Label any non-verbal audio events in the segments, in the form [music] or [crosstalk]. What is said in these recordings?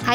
Hi,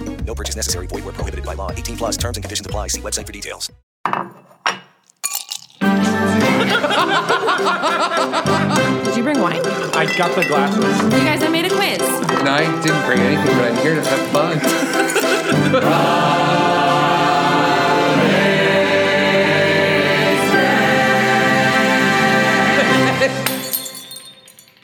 No purchase necessary. Void were prohibited by law. 18 plus terms and conditions apply. See website for details. Did you bring wine? You I got the glasses. guys, I made a quiz. No, I didn't bring anything, but I'm here to have fun.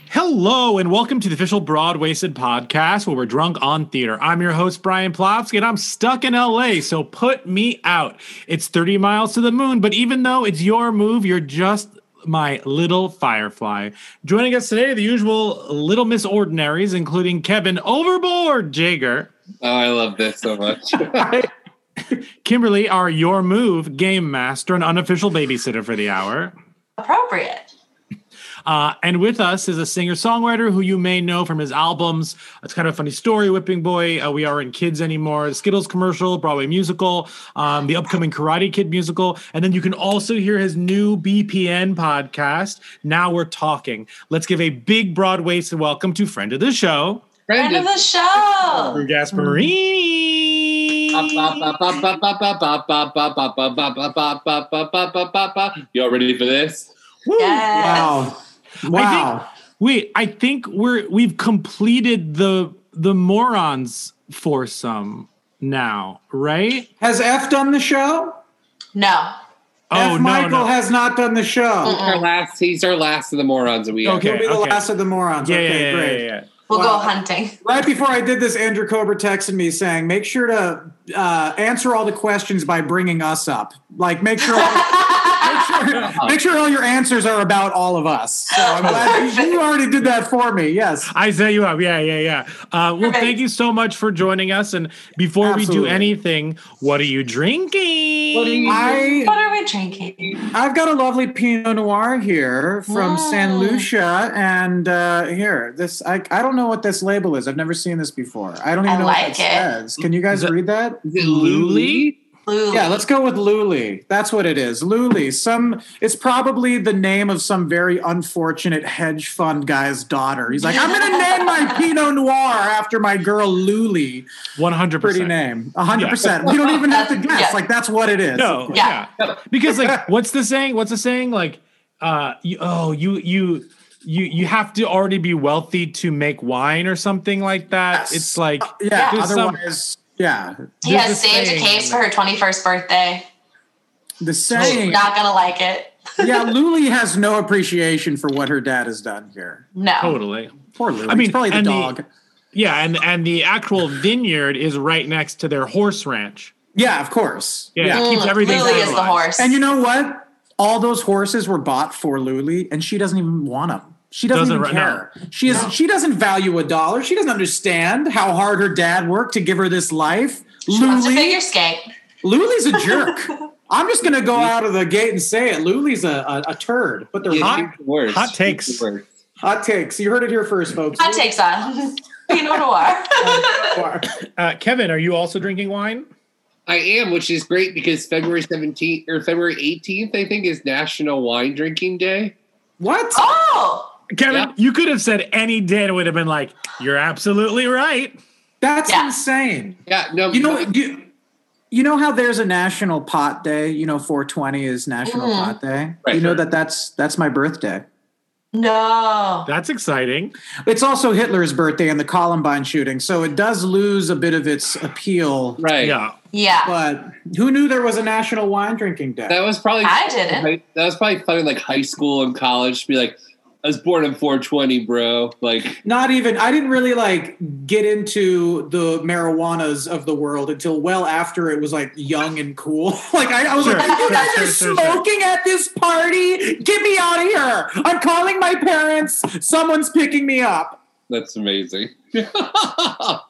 Hello and welcome to the official Broadwasted podcast where we're drunk on theater. I'm your host, Brian Plofsky, and I'm stuck in LA, so put me out. It's 30 miles to the moon, but even though it's your move, you're just my little firefly. Joining us today, are the usual little Miss Ordinaries, including Kevin Overboard Jager, Oh, I love this so much. Kimberly, our Your Move game master and unofficial babysitter for the hour. appropriate. Uh, and with us is a singer songwriter who you may know from his albums. It's kind of a funny story, Whipping Boy, uh, We Aren't Kids Anymore, the Skittles commercial, Broadway musical, um, the upcoming Karate Kid musical. And then you can also hear his new BPN podcast, Now We're Talking. Let's give a big Broadway welcome to friend of the show, Mm-hmm. Friend of the show. Drew Gasparini. Y'all ready for this? Woo! Yes. Wow. Wait, I think we're we've completed the the morons foursome now, right? Has F done the show? No. Oh F. no, Michael no. has not done the show. Our last, he's our last of the morons that we have. Okay. He'll be the last of the morons. yeah, okay, yeah, yeah, great. yeah, yeah. We'll Wow. go hunting. Right before I did this, Andrew Kober texted me saying, "Make sure to uh, answer all the questions by bringing us up. Like, make [laughs] sure, make sure, make sure all your answers are about all of us." So I'm glad you, you already did that for me. Yes. I set you up. Yeah, yeah, yeah. Uh, well, Right. thank you so much for joining us. And before we Absolutely. do anything, what are you drinking? What do you- I What are we drinking? I've got a lovely Pinot Noir here from San Lucia, and uh, here this I, I don't know what this label is. I've never seen this before. I don't even I know like what it. that says. Can you guys The- read that? Is it Luli? Blue. Yeah, let's go with Luli. That's what it is. Luli. Some it's probably the name of some very unfortunate hedge fund guy's daughter. He's like, I'm gonna [laughs] name my Pinot Noir after my girl Luli. 100%. Pretty name. hundred percent. We don't even have to guess. Yeah. Like that's what it is. No, yeah. Yeah. Because [laughs] like what's the saying? What's the saying? Like uh you, oh, you you you you have to already be wealthy to make wine or something like that. Yes. Oh, It's like Yeah. There's some- Otherwise, yeah. He has There's a saved a saying. case for her 21st birthday. The She's saying not going to like it. yeah, Luli has no appreciation for what her dad has done here. No. totally. Poor Luli. I mean, it's probably the and the- dog. Yeah, and and the actual vineyard is right next to their horse ranch. yeah, of course. Yeah, it keeps Mm, everything Lily is the fertilized. horse. And you know what? All those horses were bought for Luli, and she doesn't even want them. She doesn't, Doesn't even ri- no. care. She is. She doesn't value a dollar. She doesn't understand how hard her dad worked to give her this life. Wants to Luli, figure skate. Luli's a jerk. I'm just gonna go out of the gate and say it. Luli's a, a, a turd, but they're Yeah, hot. she's the worst. hot She's takes. the worst. Hot takes. You heard it here first, [laughs] folks. Hot takes on. Pinot Noir. Uh, Kevin, are you also drinking wine? I am, which is great because February 17th or February 18th, I think, is National Wine Drinking Day. What? oh! Kevin, Yeah. you could have said any day and it would have been like, you're absolutely right. That's Yeah. insane. Yeah, no, You know, you, you know how there's a national pot day. You know, 420 is national Mhm. pot day. Right, you know Mm-hmm. right. that that's that's my birthday. No. That's exciting. It's also Hitler's birthday and the Columbine shooting, so it does lose a bit of its appeal. Right. Yeah. Yeah. But who knew there was a national wine drinking day? That was probably I didn't. That was probably fun in like high school and college to be like, I was born in 420, bro. Like, Not even I didn't really like get into the marijuanas of the world until well after it was like young and cool. [laughs] like I, I was Sure, like, you sure, guys sure, are sure, sure. smoking at this party. Get me out of here! I'm calling my parents. Someone's picking me up. that's amazing. Wonderful.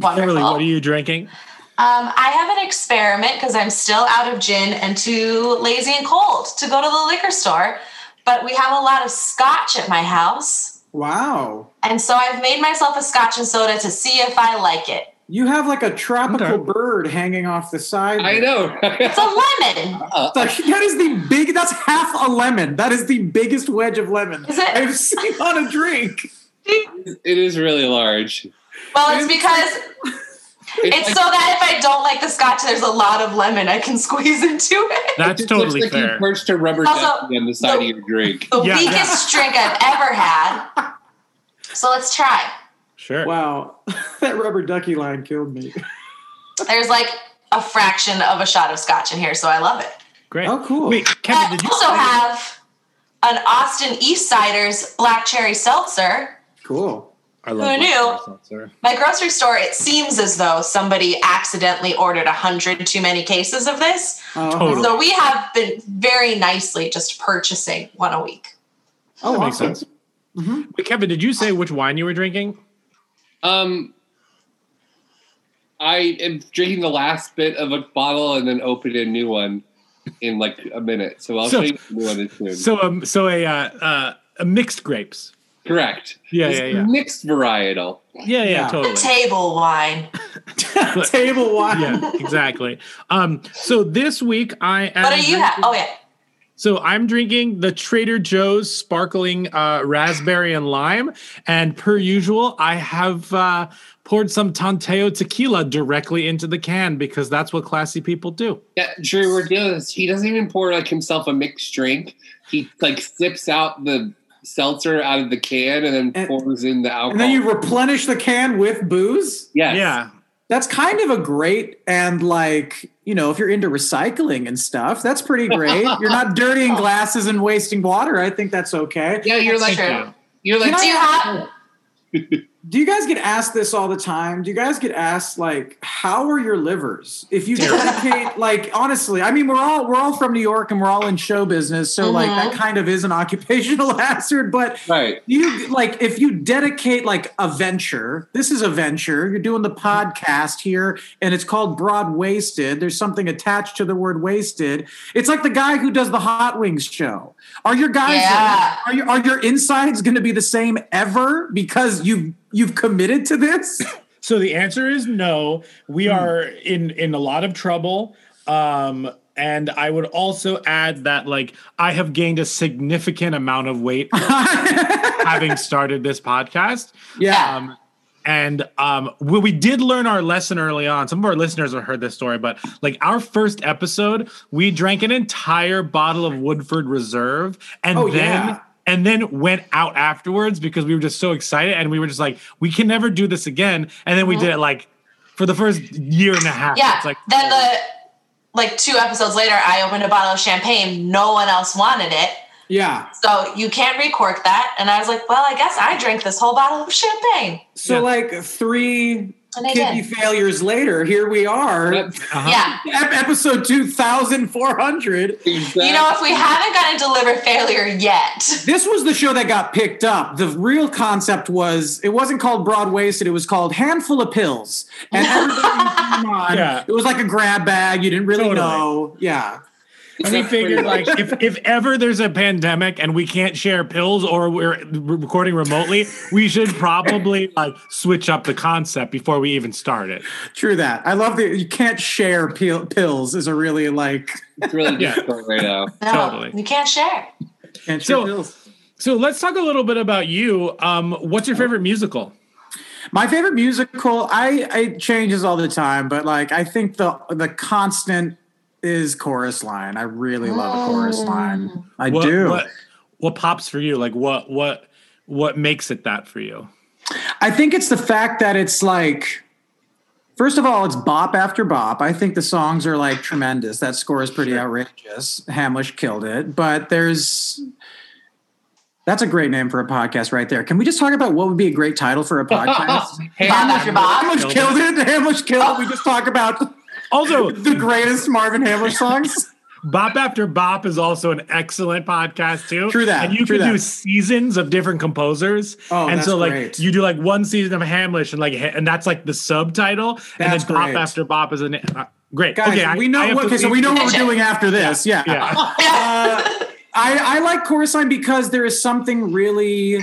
Kimberly, what are you drinking? Um, I have an experiment because I'm still out of gin and too lazy and cold to go to the liquor store. But we have a lot of scotch at my house. Wow, And so I've made myself a scotch and soda to see if I like it. you have like a tropical Okay. bird hanging off the side. I there. know. [laughs] It's a lemon. It's like, that is the big. That's half a lemon. That is the biggest wedge of lemon Is it? I've seen on a drink. it is really large. Well, it's because it's so like- that if I don't like the scotch, there's a lot of lemon I can [laughs] squeeze into it. That's it looks totally like fair. You perched a rubber Also, ducky on the side the- of your drink. The Yeah. weakest drink I've ever had. So let's try. Sure. Wow, [laughs] that rubber ducky line killed me. There's like a fraction of a shot of scotch in here, so I love it. Great. Oh, cool. Wait, Kevin, I did you also have an Austin East Siders Black Cherry Seltzer. Cool. I Who knew? blackberry seltzer. My grocery store, it seems as though somebody accidentally ordered a hundred too many cases of this. Oh, Totally. So we have been very nicely just purchasing one a week. oh, That makes awesome. Mm-hmm. sense. Wait, Kevin, did you say which wine you were drinking? Um, I am drinking the last bit of a bottle and then opening a new one in like a minute. So I'll show So- you the new one is soon. So, um, so a uh, uh, a mixed grapes. Correct. Yeah, It's yeah, yeah. Mixed varietal. Yeah, yeah, Yeah. totally. Table wine. Table wine. yeah, exactly. Um, so this week I am. What do you have? Oh yeah. So I'm drinking the Trader Joe's sparkling uh, raspberry and lime, and per usual, I have uh, poured some Tanteo tequila directly into the can because that's what classy people do. Yeah, Drew, we're doing this. He doesn't even pour like himself a mixed drink. He like sips out the seltzer out of the can and then And- pours in the alcohol. And then you replenish the can with booze. yes. Yeah, That's kind of a great and like you know if you're into recycling and stuff, that's pretty great. you're not dirtying glasses and wasting water. I think that's okay. Yeah, you're That's like true. you're like Do you have [laughs] Do you guys get asked this all the time? Do you guys get asked like, how are your livers? If you dedicate, like, honestly, I mean, we're all we're all from New York and we're all in show business, so like that kind of is an [laughs] occupational hazard. But right. you like if you dedicate like a venture, this is a venture. You're doing the podcast here, and it's called Broad Wasted. There's something attached to the word wasted. It's like the guy who does the Hot Wings show. Are your guys? Yeah. Are your are your insides going to be the same ever because you've you've committed to this? So the answer is no. We are in in a lot of trouble. Um and I would also add that like I have gained a significant amount of weight having started this podcast. yeah. Um and um we, we did learn our lesson early on. Some of our listeners have heard this story, but like our first episode, we drank an entire bottle of Woodford Reserve and Oh, then yeah. and then went out afterwards because we were just so excited and we were just like we can never do this again and then we did it like for the first year and a half Mm-hmm. yeah. it's like then the like two episodes later I opened a bottle of champagne. No one else wanted it. Yeah. So you can't recork that. And I was like, well, I guess I drank this whole bottle of champagne. So Yeah. like three And I kidney did. failures later, here we are. Yep, Uh-huh. Yeah. Ep- Episode two thousand four hundred. exactly. You know, if we haven't gotten to liver failure yet, [laughs] This was the show that got picked up. The real concept was it wasn't called Broadwasted, it was called Handful of Pills. [laughs] And everybody came on. Yeah. It was like a grab bag. You didn't really Totally. know. Yeah. And we figured like if, if ever there's a pandemic and we can't share pills or we're re- recording remotely we should probably like switch up the concept before we even start it True that. I love that you can't share pil- pills is a really like it's really Yeah. difficult right now. no, Totally. you can't share. can't share So- pills. so let's talk a little bit about you um what's your favorite musical My favorite musical, I it changes all the time, but like I think the the constant is chorus line. I really love a chorus line. I Mm. What- do. what- what pops for you? Like what what what makes it that for you? I think it's the fact that it's like, first of all, it's bop after bop. I think the songs are like tremendous. That score is pretty outrageous. Hamlish killed it, but there's. That's a great name for a podcast, right there. Can we just talk about what would be a great title for [laughs] a podcast? Hamlish Hamlish killed it. Hamlish killed it. We just talk about also the greatest Marvin Hamlish songs. Bop After Bop is also an excellent podcast too. True that, And you true can do that. seasons of different composers. Oh, and that's so like great. you do like one season of Hamlish and like ha- and that's like the subtitle. and then That's Bop great. After Bop is an uh, great. Guys, [laughs] okay, I- we know. I have to okay, so leave we know you. what we're doing after this. Yeah. Yeah. Uh, I, I like Chorus Line because there is something really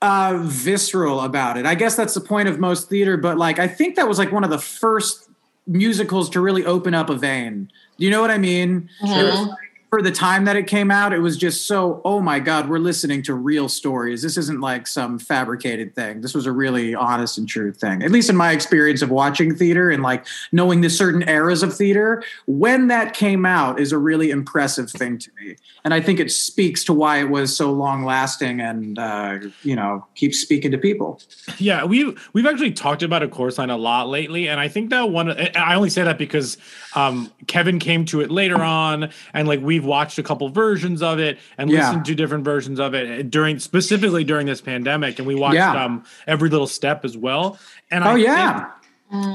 uh, visceral about it. I guess that's the point of most theater, but like I think that was like one of the first musicals to really open up a vein. You know what I mean? It was, Mhm. like, for the time that it came out, it was just so, oh my God, we're listening to real stories. This isn't like some fabricated thing. This was a really honest and true thing, at least in my experience of watching theater and like knowing the certain eras of theater. When that came out is a really impressive thing to me. And I think it speaks to why it was so long lasting and, uh, you know, keeps speaking to people. Yeah, we've we've actually talked about a course line a lot lately, and I think that one. I I only say that because um, Kevin came to it later on, and like we've watched a couple versions of it and Yeah. listened to different versions of it eh, during specifically during this pandemic, and we watched Yeah. um, every little step as well. And Oh, I yeah. think-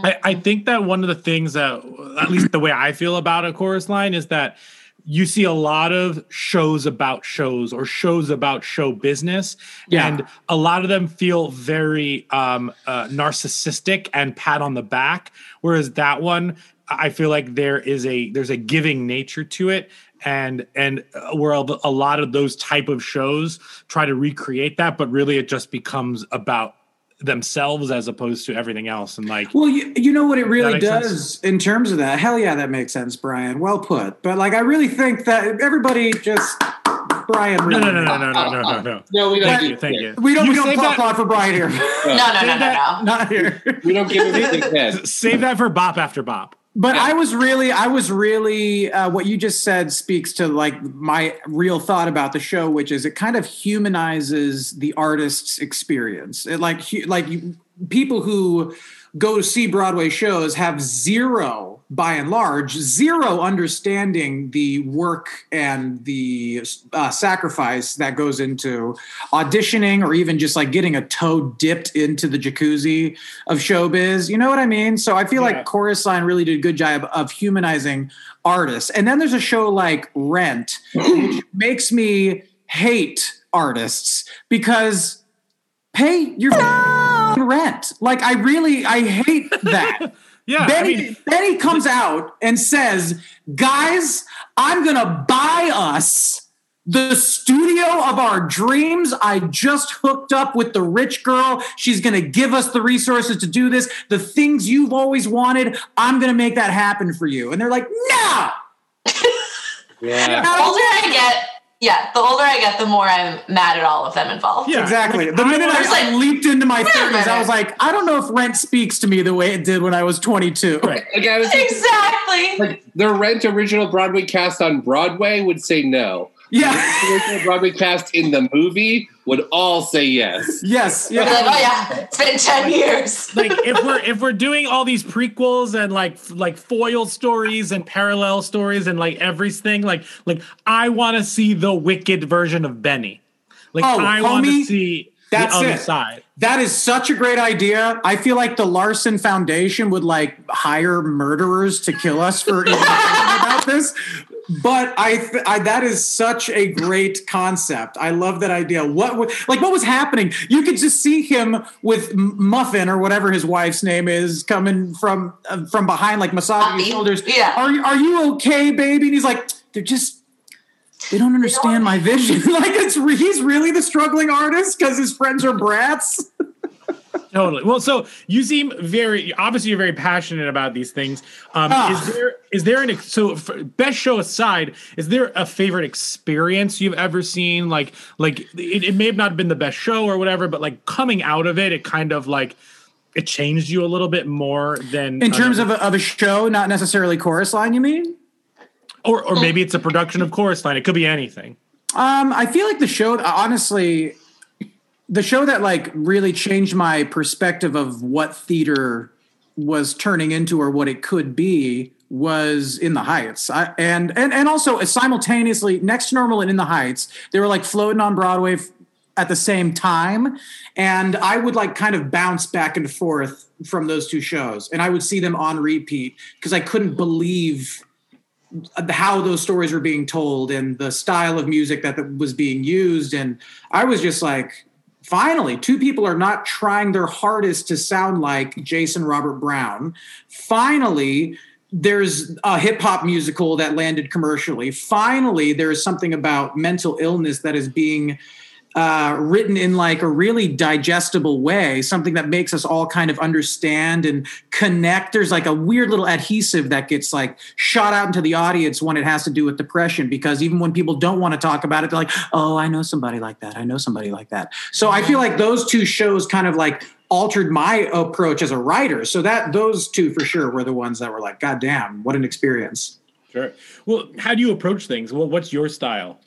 I, I think that one of the things that, at least the way I feel about a chorus line, is that you see a lot of shows about shows or shows about show business, Yeah. and a lot of them feel very um, uh, narcissistic and pat on the back. Whereas that one, I feel like there is a there's a giving nature to it, and and uh, where a a lot of those type of shows try to recreate that, but really it just becomes about themselves as opposed to everything else, and like. Well, you, you know what it really make sense? does in terms of that? Hell yeah, that makes sense, Brian. Well put. But like, I really think that everybody just, Brian, No, really. no, no, no, no, no, no, no, no. No, we don't. Thank do you, thank you. We don't, You we don't save pop that- off for Brian here. No, no, no, Save no, that- no. Not here. We don't give anything head. Save that for bop after bop. But I was really, I was really, uh, what you just said speaks to like my real thought about the show, which is it kind of humanizes the artist's experience. It like, hu- like you, people who go see Broadway shows have zero, by and large, zero understanding the work and the uh, sacrifice that goes into auditioning or even just like getting a toe dipped into the jacuzzi of showbiz. You know what I mean? So I feel Yeah. like Chorus Line really did a good job of humanizing artists. And then there's a show like Rent, which makes me hate artists because pay your f***ing rent. Like I really, I hate that. Yeah, I Benny, mean, Benny comes out and says, "Guys, I'm gonna buy us the studio of our dreams. I just hooked up with the rich girl. She's gonna give us the resources to do this. The things you've always wanted. I'm gonna make that happen for you." And they're like, "No." Yeah. The older I get, yeah, the older I get, the more I'm mad at all of them involved. Yeah. Exactly. Like, the I minute I, was like, I leaped into my a 30s, I minute. was like, I don't know if rent speaks to me the way it did when I was 22. Right. Like, I was thinking, Exactly. like, the Rent original Broadway cast on Broadway would say no. Yeah. The original Broadway cast in the movie would all say yes. yes. You're [laughs] Yeah. like, oh yeah, it's been ten years. like if we're if we're doing all these prequels and like f- like foil stories and parallel stories and like everything like like I want to see the wicked version of Benny. Like Oh, I want to homie, see that's the other it. side. That is such a great idea. I feel like the Larson Foundation would like hire murderers to kill us for even talking about this. But I, th- I, that is such a great concept. I love that idea. What would like what was happening? You could just see him with M- Muffin or whatever his wife's name is coming from uh, from behind, like massaging his Puppy. shoulders. Yeah. Are you are you okay, baby? And he's like, they're just they don't understand my vision. [laughs] like it's re- he's really the struggling artist because his friends are brats. Totally. Well, so you seem very obviously you're very passionate about these things. Um, Ah. Is there is there an ex- so f best show aside? Is there a favorite experience you've ever seen? Like like it, it may have not been the best show or whatever, but like coming out of it, it kind of like it changed you a little bit more than In terms of a, of a show, not necessarily chorus line, you mean? or or maybe it's a production of Chorus Line. It could be anything. Um, I feel like the show, honestly, the show that like really changed my perspective of what theater was turning into or what it could be was in the heights I, and and and also uh, simultaneously next to normal and in the heights they were like floating on broadway f- at the same time and i would like kind of bounce back and forth from those two shows and i would see them on repeat because i couldn't believe how those stories were being told and the style of music that was being used and i was just like finally two people are not trying their hardest to sound like jason robert brown finally there's a hip hop musical that landed commercially finally there is something about mental illness that is being uh, written in like a really digestible way, something that makes us all kind of understand and connect. There's like a weird little adhesive that gets like shot out into the audience when it has to do with depression, because even when people don't want to talk about it, they're like, oh, I know somebody like that. I know somebody like that. So I feel like those two shows kind of like altered my approach as a writer. So that those two for sure were the ones that were like, God damn, what an experience. Sure. Well, how do you approach things? Well, what's your style?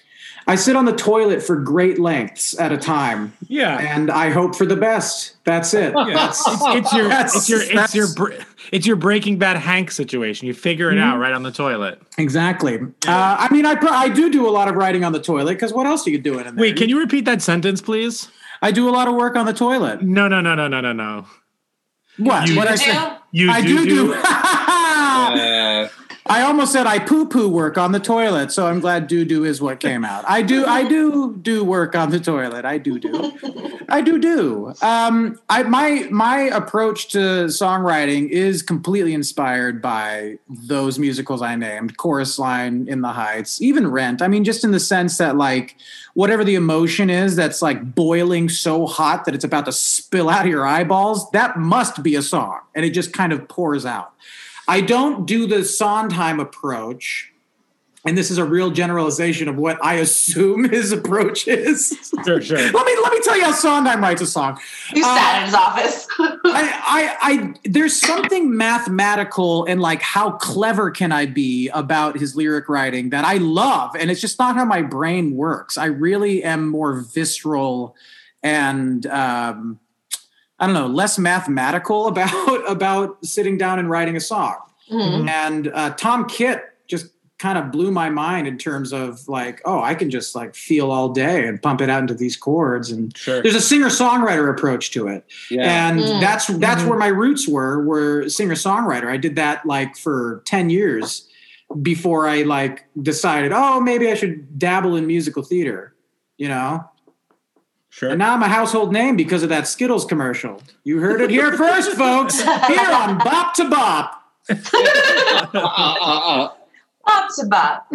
I sit on the toilet for great lengths at a time. Yeah, and I hope for the best. That's it. [laughs] Yeah, it's, it's, it's, your it's your it's your br- it's your Breaking Bad Hank situation. You figure it out right on the toilet. Exactly. Uh, I mean, I pro- I do do a lot of writing on the toilet because what else are you doing in there? Wait, can you repeat that sentence, please? I do a lot of work on the toilet. No, no, no, no, no, no, no. What? You what do? I say? You I do do do. [laughs] do. I almost said I poo poo work on the toilet, so I'm glad doo doo is what came out. I do I do do work on the toilet. I do do. I do do. Um, I my my approach to songwriting is completely inspired by those musicals I named, Chorus Line, In the Heights, even Rent. I mean, just in the sense that like whatever the emotion is that's like boiling so hot that it's about to spill out of your eyeballs, that must be a song, and it just kind of pours out. I don't do the Sondheim approach. And this is a real generalization of what I assume [laughs] his approach is. Sure, sure. [laughs] let me let me tell you how Sondheim writes a song. You sat in his office. I, I, I, there's something mathematical and like how clever can I be about his lyric writing that I love, and it's just not how my brain works. I really am more visceral and um, I don't know, less mathematical [laughs] about about sitting down and writing a song. Mhm. And uh, Tom Kitt just kind of blew my mind in terms of like, oh, I can just like feel all day and pump it out into these chords. And Sure. there's a singer songwriter approach to it, Yeah. and Mm. that's that's Mhm. where my roots were were singer songwriter. I did that like for ten years before I like decided, oh, maybe I should dabble in musical theater. You know, Sure. and now I'm a household name because of that Skittles commercial. You heard it here first, folks. Here on Bop to Bop. Bop to [laughs] bop.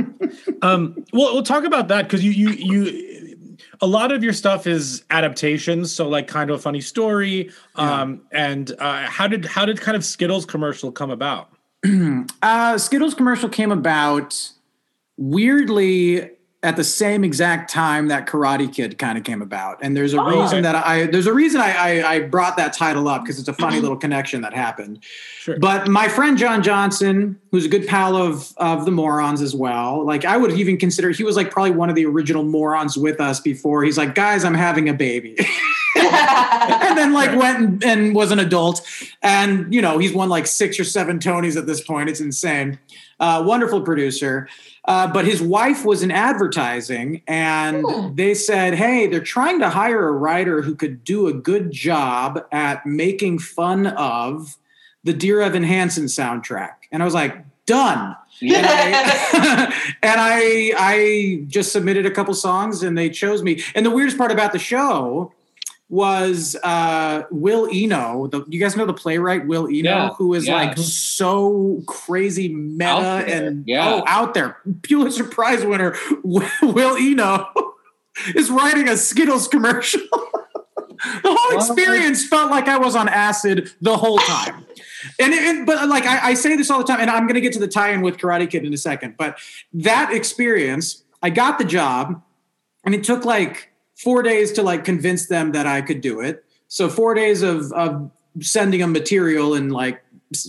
um, well, we'll talk about that because you, you, you, a lot of your stuff is adaptations. So like kind of a funny story. Um, and uh, how did how did kind of Skittles commercial come about? uh, Skittles commercial came about weirdly at the same exact time that Karate Kid kind of came about, and there's a Oh. reason that I there's a reason I I, I brought that title up because it's a funny little connection that happened. Mm-hmm. Sure. But my friend John Johnson, who's a good pal of of the morons as well, like I would even consider he was like probably one of the original morons with us before. He's like, guys, I'm having a baby. [laughs] and then like went and, and was an adult and you know he's won like six or seven tonys at this point it's insane uh, wonderful producer uh, but his wife was in advertising and Hmm. they said hey they're trying to hire a writer who could do a good job at making fun of the dear evan hansen soundtrack and i was like done and I, [laughs] and I I just submitted a couple songs and they chose me. And the weirdest part about the show was uh, Will Eno. The, you guys know the playwright Will Eno, Yeah, who is yeah. like so crazy meta Out there, and yeah. oh, out there Pulitzer Prize winner [laughs] Will Eno is writing a Skittles commercial. [laughs] the whole experience felt like I was on acid the whole time. And, it, and- but like I, I say this all the time, and I'm going to get to the tie-in with Karate Kid in a second. But that experience, I got the job, and it took like four days to like convince them that I could do it. So four days of of sending them material and like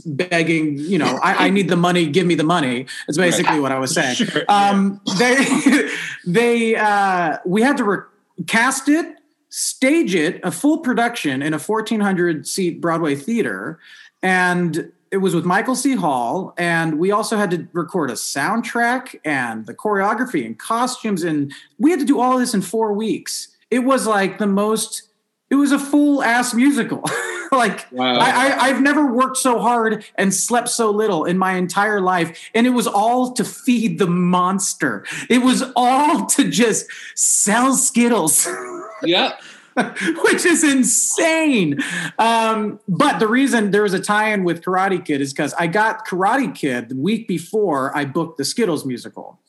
begging, you know, I, I need the money, give me the money. It's basically what I was saying. Sure, Um, they, [laughs] they, uh, we had to re- cast it, stage it, a full production in a 1,400 seat Broadway theater, and it was with Michael C. Hall, and we also had to record a soundtrack and the choreography and costumes, and we had to do all this in four weeks. It was like the most. It was a full ass musical. [laughs] like Oh. I, I, I've never worked so hard and slept so little in my entire life, and it was all to feed the monster. It was all to just sell Skittles. [laughs] yeah. Which is insane. Um, but the reason there was a tie in with Karate Kid is because I got Karate Kid the week before I booked the Skittles musical.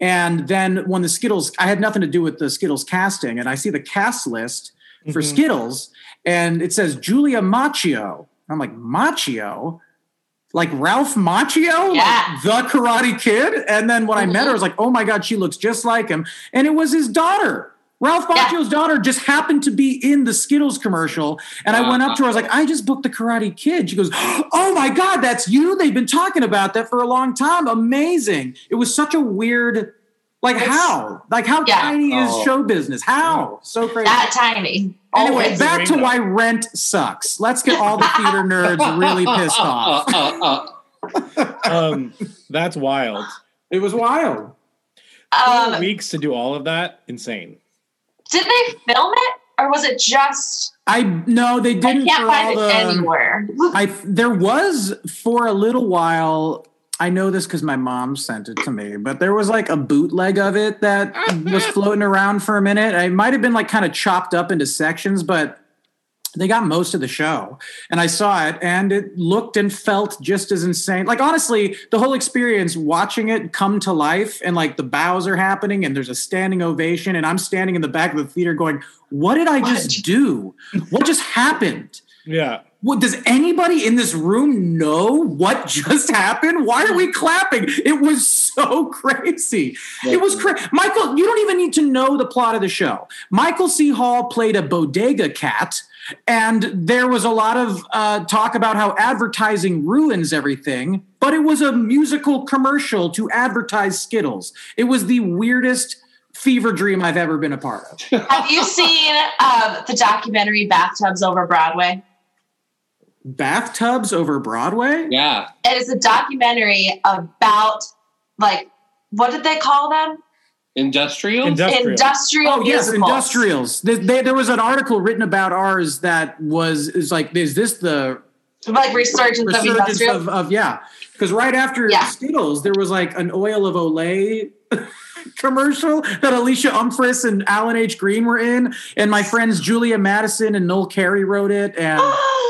And then when the Skittles, I had nothing to do with the Skittles casting, and I see the cast list for Skittles, and it says Julia Machio. I'm like, Machio? Like Ralph Macchio, Yeah. Like, the Karate Kid. And then when I met her, I was like, oh my God, she looks just like him. And it was his daughter. Ralph Macchio's daughter just happened to be in the Skittles commercial. And I went up to her, I was like, I just booked the Karate Kid. She goes, oh my God, that's you. They've been talking about that for a long time. Amazing. It was such a weird, like, It's- how? Like, how Yeah. tiny Oh. is show business? How? So crazy. That tiny. Anyway, Always. back to why rent sucks. Let's get all the theater nerds really pissed off. um, that's wild. [laughs] It was wild. Um, Four weeks to do all of that, Um, insane. Did they film it or was it just? I no, they didn't. can't for find all it the- um, anywhere. [laughs] I there was for a little while. I know this because my mom sent it to me, but there was like a bootleg of it that was floating around for a minute. It might have been like kind of chopped up into sections, but they got most of the show. And I saw it and it looked and felt just as insane. Like, honestly, the whole experience watching it come to life and like the bows are happening and there's a standing ovation. And I'm standing in the back of the theater going, What did I just do? What just happened? Yeah. What, does anybody in this room know what [laughs] just happened? Why are we clapping? It was so [laughs] crazy. It was crazy. Michael, you don't even need to know the plot of the show. Michael C. Hall played a bodega cat, and there was a lot of uh, talk about how advertising ruins everything, but it was a musical commercial to advertise Skittles. It was the weirdest fever dream I've ever been a part of. Have you seen um, the documentary Bathtubs Over Broadway? Bathtubs over Broadway? Yeah. It is a documentary about like what did they call them? Industrial? Industrial Oh yes, musicals. industrials. There, there- there was an article written about ours that was is like, is this the Like resurgence of industrial- of, of- yeah? Because right after Skittles, there was like an oil of Olay [laughs] commercial that Alicia Umphris and Alan H. Green were in, and my friends Julia Madison and Noel Carey wrote it, [gasps] and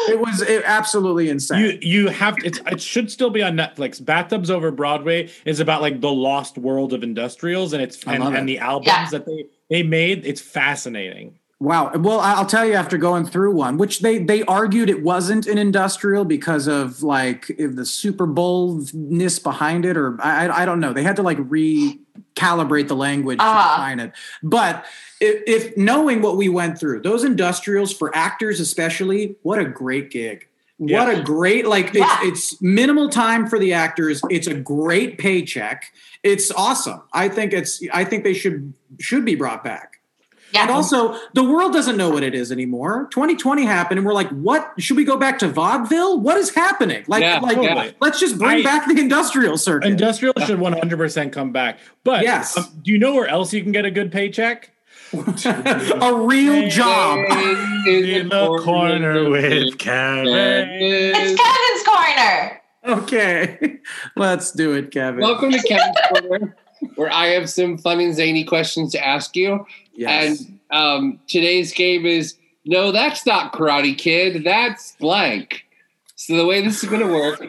it was it, absolutely insane. You you have it's, it should still be on Netflix. Bathtubs Over Broadway is about like the lost world of industrials and it's and, love it. and the albums that they they made. It's fascinating. Wow. Well, I- I'll tell you after going through one, which they they argued it wasn't an industrial because of like if the Super Bowl ness behind it, or I I I don't know. They had to like recalibrate the language Ah. to define it. But if, if knowing what we went through, those industrials for actors especially, what a great gig. What Yeah. a great like it's, it's minimal time for the actors. It's a great paycheck. It's awesome. I think it's I think they should should be brought back. And also, the world doesn't know what it is anymore. 2020 happened, and we're like, "What? Should we go back to vaudeville? What is happening? Like, Yeah, like totally. let's just bring I- back the industrial circuit." Industrial should 100% come back. But Yes. um, do you know where else you can get a good paycheck? [laughs] a real job. In the corner with Kevin. It's Kevin's Corner. Okay, let's do it, Kevin. Welcome to Kevin's Corner, where I have some fun and zany questions to ask you. Yes. And um, today's game is no, that's not Karate Kid, that's blank. So the way this is going to work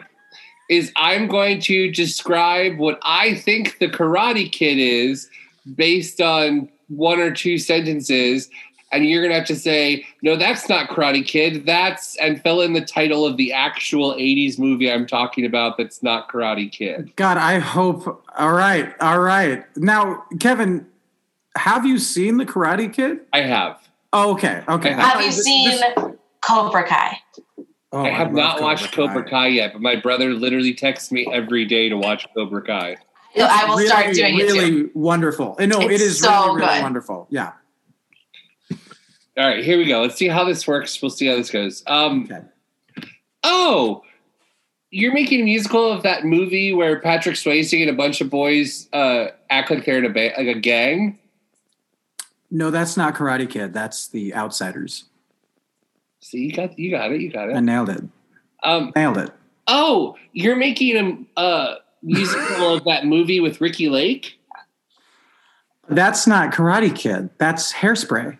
is I'm going to describe what I think the Karate Kid is based on one or two sentences. And you're going to have to say, no, that's not Karate Kid. That's, and fill in the title of the actual 80s movie I'm talking about that's not Karate Kid. God, I hope. All right, all right. Now, Kevin, have you seen the Karate Kid? I have. Oh, okay, okay. Have you seen Cobra Kai? Oh, I have not watched Cobra Kai. yet, but my brother literally texts me every day to watch Cobra Kai. I will start doing it really too. wonderful. And no, It's it is so really, really good. wonderful. Yeah. All right, here we go. Let's see how this works. We'll see how this goes. Um, Oh, you're making a musical of that movie where Patrick Swayze and a bunch of boys uh, act like they're in a ba- like a gang. No, that's not Karate Kid. That's The Outsiders. See, you got you got it, you got I it. nailed it. Um, Nailed it. oh, you're making a uh, musical of that movie with Ricky Lake. That's not Karate Kid. That's Hairspray.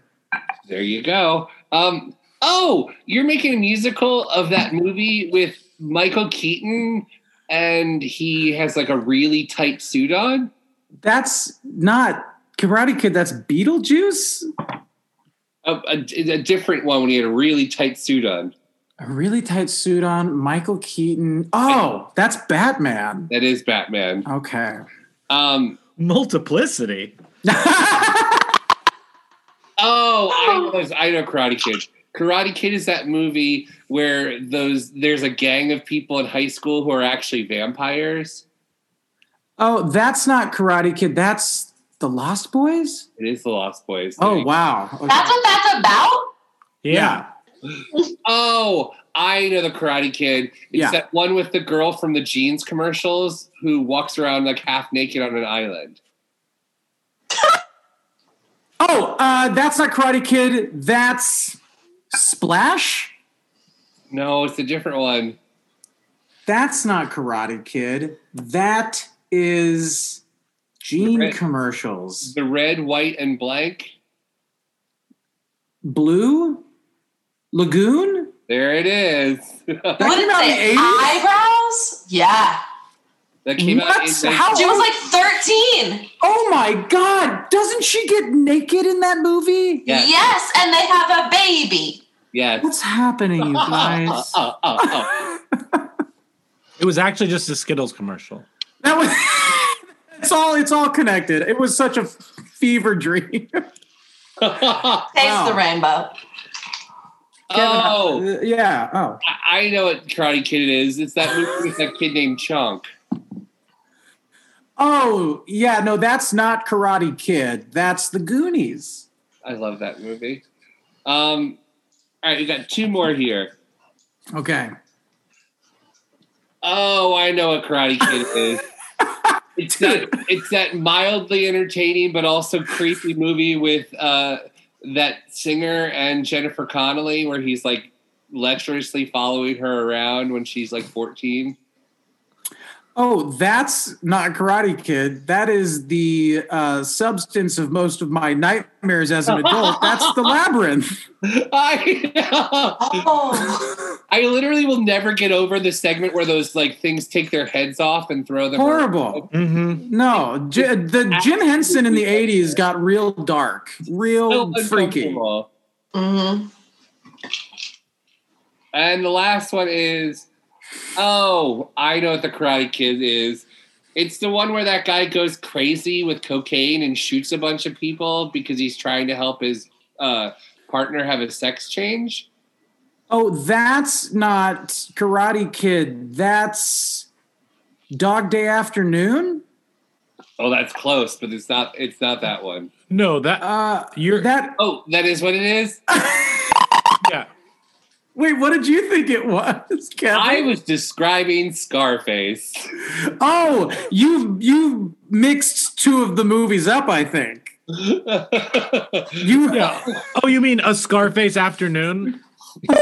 There you go. Um, oh, you're making a musical of that movie with Michael Keaton, and he has like a really tight suit on. That's not Karate Kid. That's Beetlejuice. A, a- a different one when he had a really tight suit on. A really tight suit on. Michael Keaton. Oh, that's Batman. That is Batman. Okay. [laughs] Um, Multiplicity. Oh, I know, those- I know Karate Kid. Karate Kid is that movie where those there's a gang of people in high school who are actually vampires. Oh, that's not Karate Kid. That's The Lost Boys. It is the Lost Boys. Oh thing. wow. Okay. That's what that's about. yeah. Oh, I know the Karate Kid. It's Yeah. that one with the girl from the jeans commercials who walks around like half naked on an island. Oh, uh, that's not Karate Kid. That's Splash. No, it's a different one. That's not Karate Kid. That is Gene Right. commercials. The red, white, and blank. Blue Lagoon. There it is. [laughs] That What came is out in it? the 80s? Eyebrows? Yeah. that came out What? in How- She was like 13. Oh my God! Doesn't she get naked in that movie? Yes. Yes, and they have a baby. Yes. What's happening, you [laughs] guys? Uh, uh, uh. [laughs] It was actually just a Skittles [laughs] commercial. That was. [laughs] it's all. It's all connected. It was such a f- fever dream. [laughs] Taste Wow. the rainbow. oh, Uh, yeah. Oh. I I know what Karate Kid is. It's that movie with that kid named Chunk. Oh yeah. No, that's not Karate Kid. That's The Goonies. I love that movie. Um, all right, we got two more here. Okay. Oh, I know what Karate [laughs] Kid is. It's that it's that mildly entertaining but also creepy movie with uh, that singer and Jennifer Connelly, where he's like lecherously following her around when she's like fourteen. [laughs] Oh, that's not Karate Kid. That is the uh, substance of most of my nightmares as an adult. That's the labyrinth. [laughs] I Oh, I literally will never get over the segment where those like things take their heads off and throw them. Horrible. Mm-hmm. No, J- the Jim Henson in the '80s got real dark, real So freaky. uncomfortable. hmm And the last one is, oh, I know what the Karate Kid is. It's the one where that guy goes crazy with cocaine and shoots a bunch of people because he's trying to help his uh, partner have a sex change. Oh, that's not Karate Kid. That's Dog Day Afternoon. Oh, that's close, but it's not. It's not that one. No, that Uh, you're that Oh, that is what it is. yeah. wait, what did you think it was, [laughs] Kevin? I was describing Scarface. [laughs] Oh, you've you mixed two of the movies up, I think. You Yeah. [laughs] Oh, you mean a Scarface [laughs] afternoon?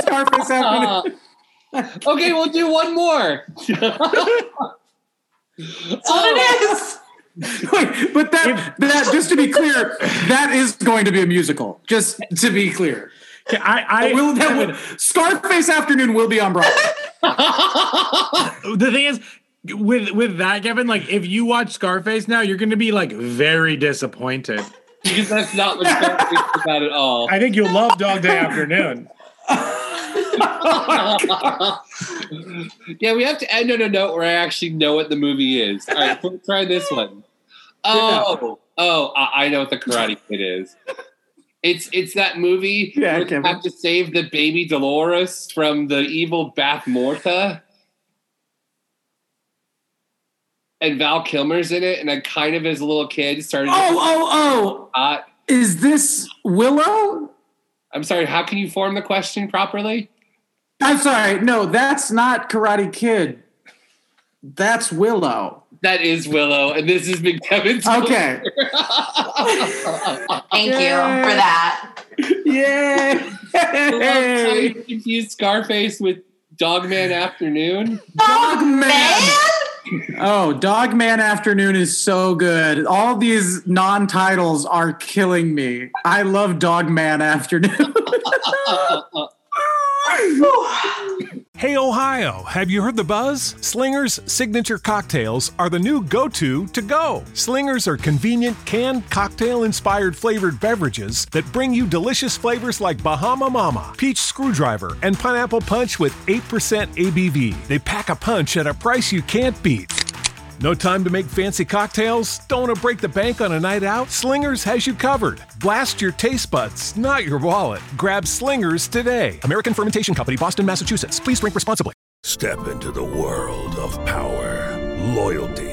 Scarface Uh, [laughs] happened. okay, we'll do one more. That's what it is. Oh. Wait, but that that just to be clear, that is going to be a musical. Just to be clear. Okay, I, I That will, that Kevin, will, Scarface Afternoon will be on Broadway. [laughs] the thing is with with that kevin like if you watch scarface now you're gonna be like very disappointed because that's not what Scarface is about at all. i think you'll love dog day afternoon [laughs] yeah, we have to end on a note where I actually know what the movie is. All right, we'll try this one. Oh, oh, I, I know what the Karate Kid is. It's it's that movie Yeah, where they Kevin. have to save the baby Dolores from the evil Bath Morta. And Val Kilmer's in it, and I kind of as a little kid started. Oh, oh, oh! is this Willow? I'm sorry. How can you form the question properly? I'm sorry. No, that's not Karate Kid. That's Willow. That is Willow, and this has been Kevin. Okay. [laughs] [laughs] Thank you for that. Yay! I confused Scarface with Dogman Afternoon. Dogman. Oh, Dogman Afternoon is so good. All these non titles are killing me. I love Dogman Afternoon. [laughs] Hey Ohio, have you heard the buzz? Slinger's signature cocktails are the new go to to go. Slingers are convenient canned cocktail inspired flavored beverages that bring you delicious flavors like Bahama Mama, Peach Screwdriver, and Pineapple Punch with 8% ABV. They pack a punch at a price you can't beat. No time to make fancy cocktails? Don't want to break the bank on a night out? Slingers has you covered. Blast your taste buds, not your wallet. Grab Slingers today. American Fermentation Company, Boston, Massachusetts. Please drink responsibly. Step into the world of power, loyalty,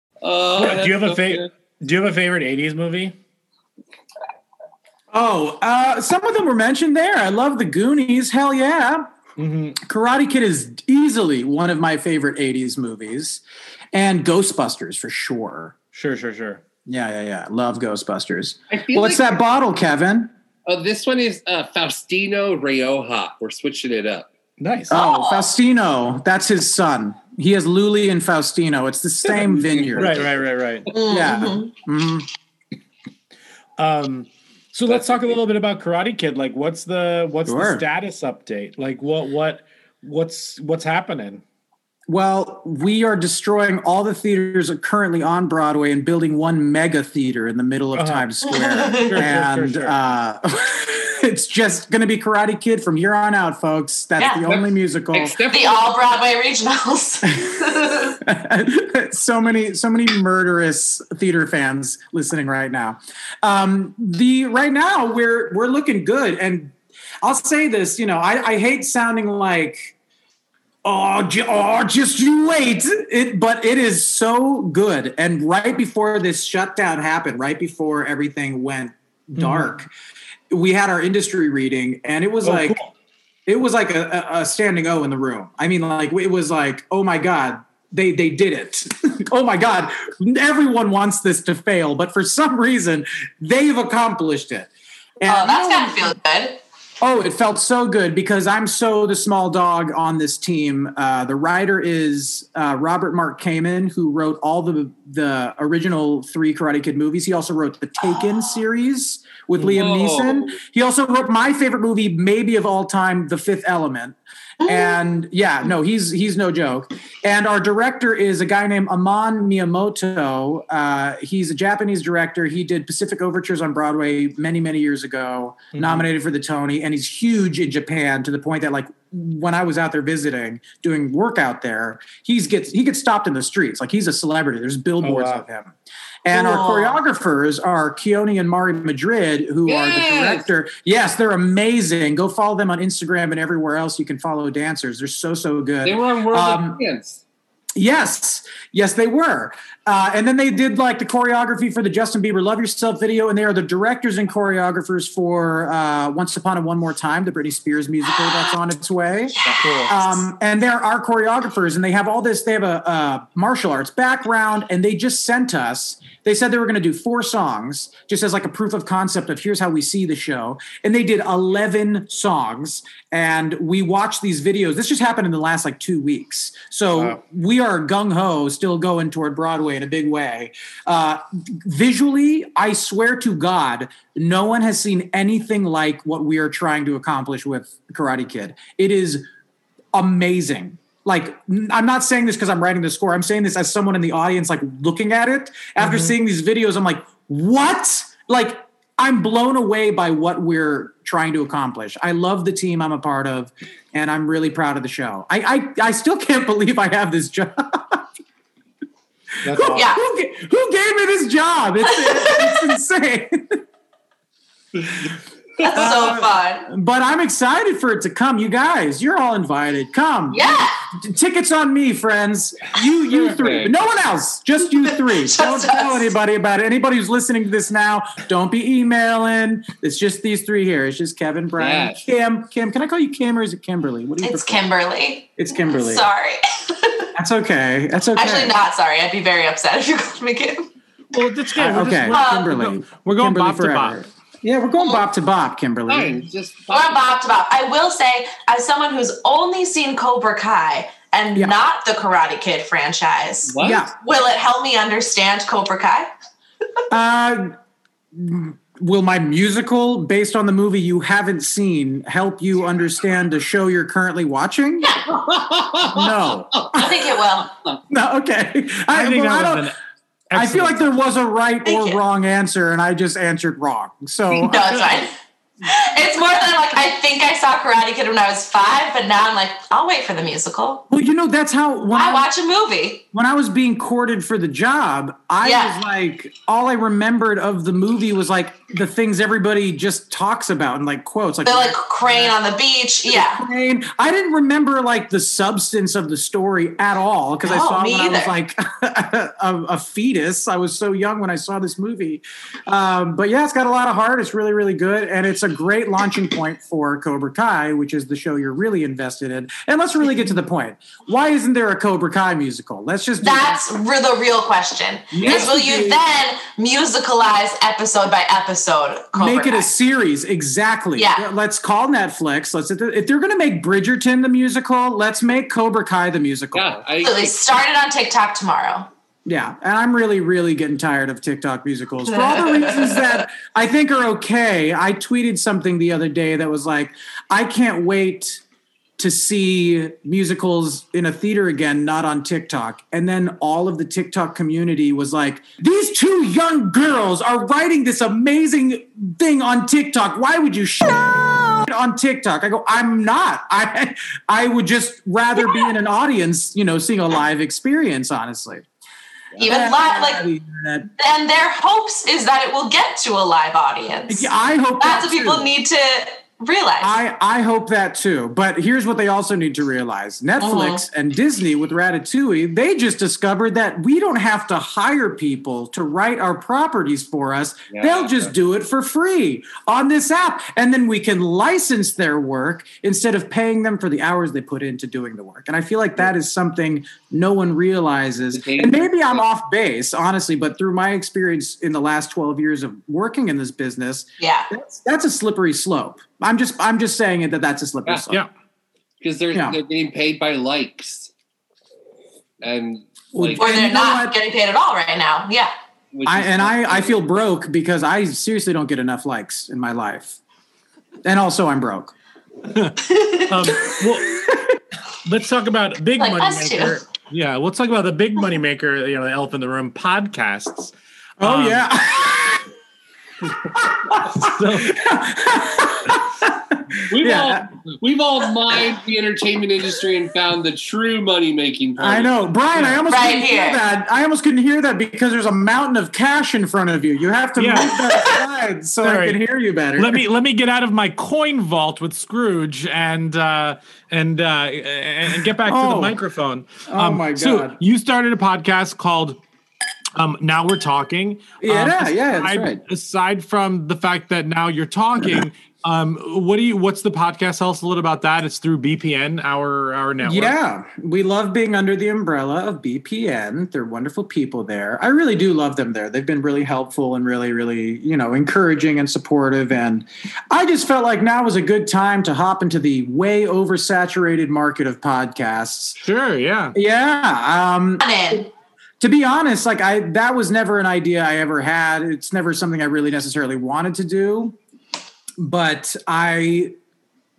Oh, do you have a favorite? Do you have a favorite '80s movie? Oh, uh, some of them were mentioned there. I love the Goonies. Hell yeah. Mm-hmm. Karate Kid is easily one of my favorite 80s movies, and Ghostbusters for sure. Sure, sure, sure. Yeah, yeah, yeah. Love Ghostbusters. I feel What's like- that bottle, Kevin? Oh, this one is uh, Faustino Rioja. We're switching it up. Nice. Oh, Faustino. That's his son. He has Luli and Faustino. It's the same vineyard. Mm-hmm. Right, right, right, right. Yeah. Mm-hmm. Um, so let's talk a little bit about Karate Kid. Like, what's the what's the Sure. status update? Like, what what what's what's happening? Well, we are destroying all the theaters that are currently on Broadway and building one mega theater in the middle of Uh-huh. [laughs] Times Sure, Square. sure, sure, and sure. Uh, [laughs] it's just going to be Karate Kid from here on out, folks. That's Yeah. the only musical. the all Broadway regionals. [laughs] [laughs] so many so many murderous theater fans listening right now um the right now we're we're looking good and i'll say this you know i i hate sounding like oh, ju- oh just you wait it but it is so good and right before this shutdown happened right before everything went dark we had our industry reading and it was Oh, like it was like a, a, a standing O in the room. I mean, like it was like, oh my god, they they did it. [laughs] oh my god, everyone wants this to fail, but for some reason, they've accomplished it. oh, that's gotta feel good. Oh, it felt so good because I'm so the small dog on this team. Uh, the writer is uh, Robert Mark Kamen, who wrote all the the original three Karate Kid movies. He also wrote the Taken series with Liam Whoa. Neeson. He also wrote my favorite movie, maybe of all time, The Fifth Element. And yeah, no, he's he's no joke. And our director is a guy named Amon Miyamoto. Uh, he's a Japanese director. He did Pacific Overtures on Broadway many many years ago, Mhm. nominated for the Tony, and he's huge in Japan to the point that like when I was out there visiting doing work out there, he's gets he gets stopped in the streets like he's a celebrity. There's billboards wow. of him. And our Cool. choreographers are Keone and Mari Madrid, who are the Yes. director. Yes, they're amazing. Go follow them on Instagram and everywhere else you can follow dancers. They're so so good. They were on World Um, of Dance. Yes, yes, they were. Uh, and then they did like the choreography for the Justin Bieber "Love Yourself" video, and they are the directors and choreographers for uh, "Once Upon a One More Time," the Britney Spears musical that's on its way. Um, and they're our choreographers, and they have all this. They have a, a martial arts background, and they just sent us. They said they were going to do four songs, just as like a proof of concept of here's how we see the show. And they did eleven songs, and we watched these videos. This just happened in the last like two weeks, so we are gung ho, still going toward Broadway in a big way. Uh, visually, I swear to God, no one has seen anything like what we are trying to accomplish with Karate Kid. It is amazing. Like, n- I'm not saying this because I'm writing the score. I'm saying this as someone in the audience, like looking at it. After seeing these videos, I'm like, what? Like, I'm blown away by what we're trying to accomplish. I love the team I'm a part of, and I'm really proud of the show. I I, I still can't [laughs] believe I have this job. who, Yeah. who, ga- who gave me this job? It's, it's insane. That's so fun. But I'm excited for it to come. You guys, you're all invited. Come. Yeah. T- Tickets on me, friends. You, [laughs] you three. But no one else. Just you three. don't tell anybody about it. Anybody who's listening to this now, don't be emailing. It's just these three here. It's just Kevin, Brian, Yes. Kim. Kim, can I call you Kim or is it Kimberly? What do you It's prefer? Kimberly. It's Kimberly. Sorry. That's okay. That's okay. Actually, not sorry. I'd be very upset if you called me Kim. Well, that's Uh, okay, Kimberly. We're going Kimberly bop to bop. forever. Yeah, we're going bop to bop, Kimberly. just Or Bob to Bob. I will say, as someone who's only seen Cobra Kai and not the Karate Kid franchise, What? Yeah. will it help me understand Cobra Kai? Uh, will my musical based on the movie you haven't seen help you understand the show you're [laughs] currently watching? no. I think it will. No, okay. I, think well, that I was don't. I feel like there was a right or wrong answer, and I just answered wrong. So No, uh, it's fine. It's more than like I think I saw Karate Kid when I was five, but now I'm like, I'll wait for the musical. Well, you know that's how when I watch a movie. when I was being courted for the job, I Yeah. was like, all I remembered of the movie was like the things everybody just talks about and like quotes, like They're like crane on the beach. Yeah. Crane. I didn't remember like the substance of the story at all because I No, saw it me when I was either. like [laughs] a, a fetus. I was so young when I saw this movie, um, but yeah, it's got a lot of heart. It's really, really good, and it's a great launching point for Cobra Kai, which is the show you're really invested in. And let's really get to the point. Why isn't there a Cobra Kai musical? Let's just do That's re- the real question. Yes, is will you then musicalize episode by episode? Cobra make it Kai? a series exactly Yeah. let's call netflix let's if they're going to make bridgerton the musical let's make cobra kai the musical yeah, Absolutely. Start it on TikTok tomorrow. and i'm really really getting tired of tiktok musicals for all the reasons that i think are okay i tweeted something the other day that was like i can't wait to see musicals in a theater again, not on TikTok. And then all of the TikTok community was like, these two young girls are writing this amazing thing on TikTok. Why would you shit on TikTok? I go, I'm not. [laughs] I I would just rather be in an audience, you know, seeing a live experience, honestly. Even Yeah. live, like, That- and their hopes is that it will get to a live audience. Yeah, I hope that's that what people too. need to realize. I, I hope that too. But here's what they also need to realize Netflix and Disney with Ratatouille, they just discovered that we don't have to hire people to write our properties for us. They'll just do it for free on this app. And then we can license their work instead of paying them for the hours they put into doing the work. And I feel like that is something no one realizes. And maybe I'm off base, honestly, but through my experience in the last 12 years of working in this business, yeah. that's, that's a slippery slope. I'm just I'm just saying it that that's a slippery Yeah, slope. yeah. because they're Yeah. they're getting paid by likes, and Well, like, or they're not getting paid at all right now. Yeah. which I, is and not- I I feel broke because I seriously don't get enough likes in my life, and also I'm broke. um, well, let's talk about big Like money us two. maker. Yeah, let's talk about the big money maker. You know, the elephant in the room podcasts. Um, Oh yeah. [laughs] we've Yeah. all we've all mined the entertainment industry and found the true money making. [laughs] I know, Brian. I almost couldn't hear that. I almost couldn't hear that because there's a mountain of cash in front of you. You have to Yeah. move that aside so Sorry. I can hear you better. Let me let me get out of my coin vault with Scrooge and uh, and uh, and and get back to Oh. the microphone. Um, Oh my God. you started a podcast called um, "Now We're Talking." Yeah, Um, yeah, yeah, that's aside- right. [laughs] Aside from the fact that now you're talking, Um, what do you? What's the podcast? Tell us a little about that. It's through BPN, our our network. Yeah, we love being under the umbrella of BPN. They're wonderful people there. I really do love them there. They've been really helpful and really, really, you know, encouraging and supportive. And I just felt like now was a good time to hop into the way oversaturated market of podcasts. Sure. Yeah. Yeah. Um, to be honest, like I, that was never an idea I ever had. It's never something I really necessarily wanted to do, but I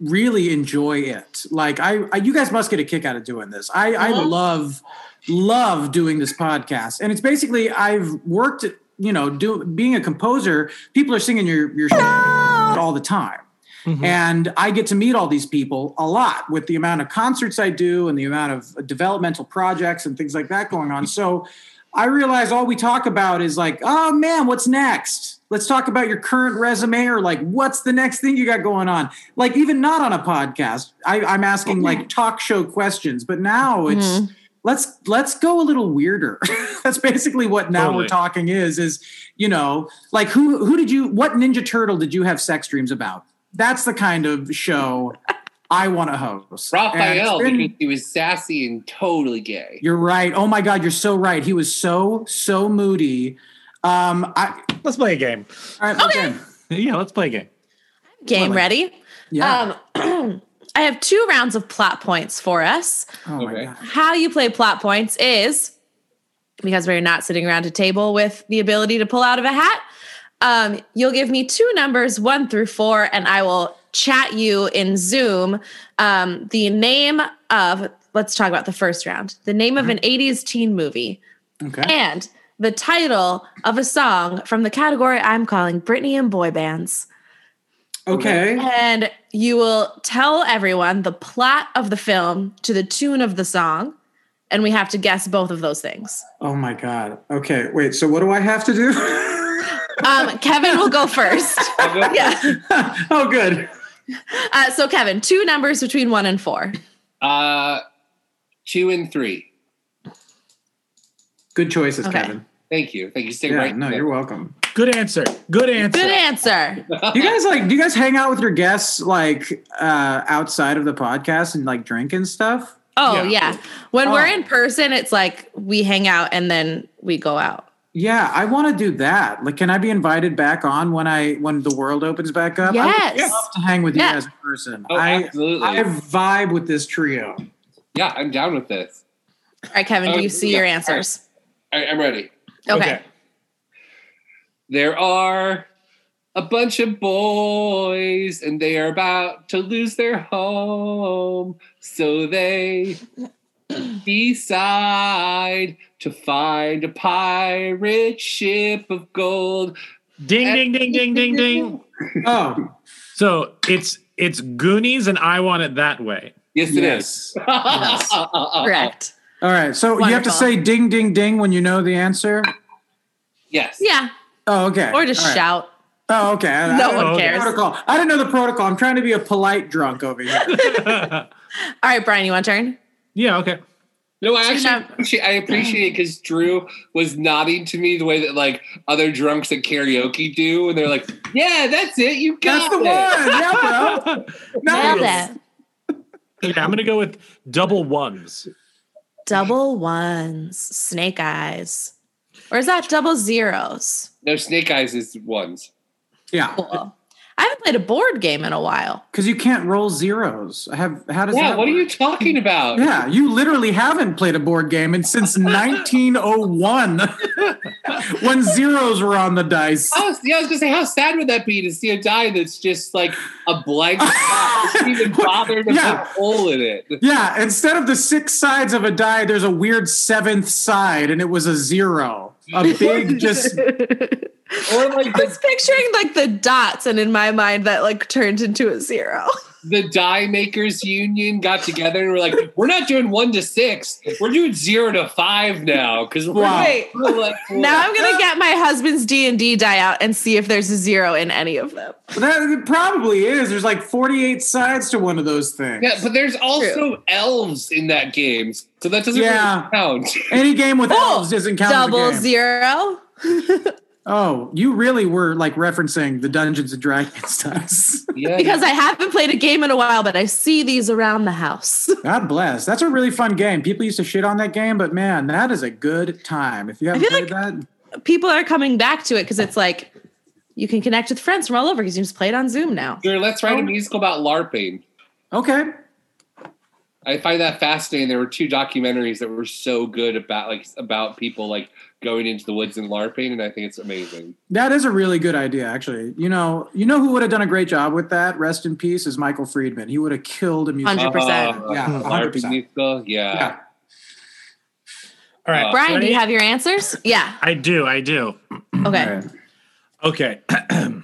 really enjoy it. Like I, I you guys must get a kick out of doing this. I, I love, love doing this podcast, and it's basically I've worked. You know, do, being a composer, people are singing your your all the time. And I get to meet all these people a lot with the amount of concerts I do and the amount of developmental projects and things like that going on. So I realize all we talk about is like, oh man, what's next? Let's talk about your current resume or like what's the next thing you got going on? Like, even not on a podcast. I, I'm asking like talk show questions, but now it's Mhm. let's let's go a little weirder. [laughs] That's basically what now Totally. we're talking is is you know like who who did you what Ninja Turtle did you have sex dreams about? That's the kind of show I want to host. And it's [laughs] Raphael been- because he was sassy and totally gay. you're right. Oh my god, you're so right. He was so so moody. Um, I let's play a game. All right, okay. Yeah. Let's play a game. Game ready? Yeah. Um, [clears throat] I have two rounds of plot points for us. Oh my god. How you play plot points is because we're not sitting around a table with the ability to pull out of a hat. Um, you'll give me two numbers, one through four, and I will chat you in Zoom um, the name of, let's talk about the first round, the name of an 80s teen movie. Okay. And the title of a song from the category I'm calling Britney and Boy Bands. Okay. And you will tell everyone the plot of the film to the tune of the song. And we have to guess both of those things. Oh my god. Okay. Wait. So what do I have to do? [laughs] Um, Kevin will go first. yeah. oh, good. Uh, so, Kevin, two numbers between one and four. Uh, two and three. Good choices, Okay. Kevin. Thank you. Thank you. Stay Yeah, right. no, there. you're welcome. Good answer. Good answer. Good answer. You guys like? Do you guys hang out with your guests like uh, outside of the podcast and like drink and stuff? Oh, yeah. When we're Oh. in person, it's like we hang out and then we go out. Yeah, I want to do that. Like, can I be invited back on when I when the world opens back up? I would Yes. love to hang with Yeah. you as a person. Oh, I absolutely. I vibe with this trio. Yeah, I'm down with this. All right, Kevin, do Oh, you see yeah. your All right. answers? All right, I'm ready. Okay. There are a bunch of boys, and they are about to lose their home. So they decide to find a pirate ship of gold. Ding, ding, ding, ding, ding, ding. Oh. So it's it's Goonies and I want it that way. Yes, it is. [laughs] Correct. All right, so you have to Wonderful. say ding ding ding when you know the answer. Yes. Yeah. Oh, okay. Or just All right. shout. Oh, okay. I- I No don't one know the cares. Protocol. I don't know the protocol. I'm trying to be a polite drunk over [laughs] here. All right, Brian, you want to turn? Yeah. Okay. No, I actually appreciate, I appreciate it because Drew was nodding to me the way that like other drunks at karaoke do, and they're like, "Yeah, that's it. You got That's the [laughs] it." one. Nailed it. Okay, I'm gonna go with double ones. Double ones, snake eyes. Or is that double zeros? no, Snake Eyes is ones. Yeah. Cool. I haven't played a board game in a while. Because you can't roll zeros. I have. How does Yeah, that? what are work? you talking about? Yeah, you literally haven't played a board game and since 1901 when zeros were on the dice. Oh. I was, yeah, I was gonna say, how sad would that be to see a die that's just like a [laughs] blank spot? Didn't even bother to Yeah. put a hole in it. Yeah, instead of the six sides of a die, there's a weird seventh side and it was a zero. A big just Or like I was picturing like the dots, and in my mind, that like turned into a zero. [laughs] The die makers union got together and were like, "We're not doing one to six. We're doing zero to five now." Because Wow. Wait. [laughs] Now I'm gonna get my husband's D and D die out and see if there's a zero in any of them. that it probably is. There's like 48 sides to one of those things. Yeah, but there's also elves in that game, so that doesn't Yeah. [laughs] really count. Any game with elves doesn't count. as a Double game. zero. Oh, you really were like referencing the Dungeons and Dragons [laughs] stuff. yeah, because I haven't played a game in a while, but I see these around the house. [laughs] God bless. That's a really fun game. People used to shit on that game, but man, that is a good time. If you haven't played that, People are coming back to it because it's like you can connect with friends from all over because you just play it on Zoom now. Sure, let's write a musical about LARPing. Okay. I find that fascinating. There were two documentaries that were so good about like about people like going into the woods and LARPing, and I think it's amazing. that is a really good idea, actually. You know, you know who would have done a great job with that? Rest in peace is Michael Friedman. He would have killed a music. Uh, Yeah, hundred LARPing percent. musical. Yeah. Uh, All right. Brian, do ready? you have your answers? Yeah. I do. I do. Okay. Okay. [clears throat]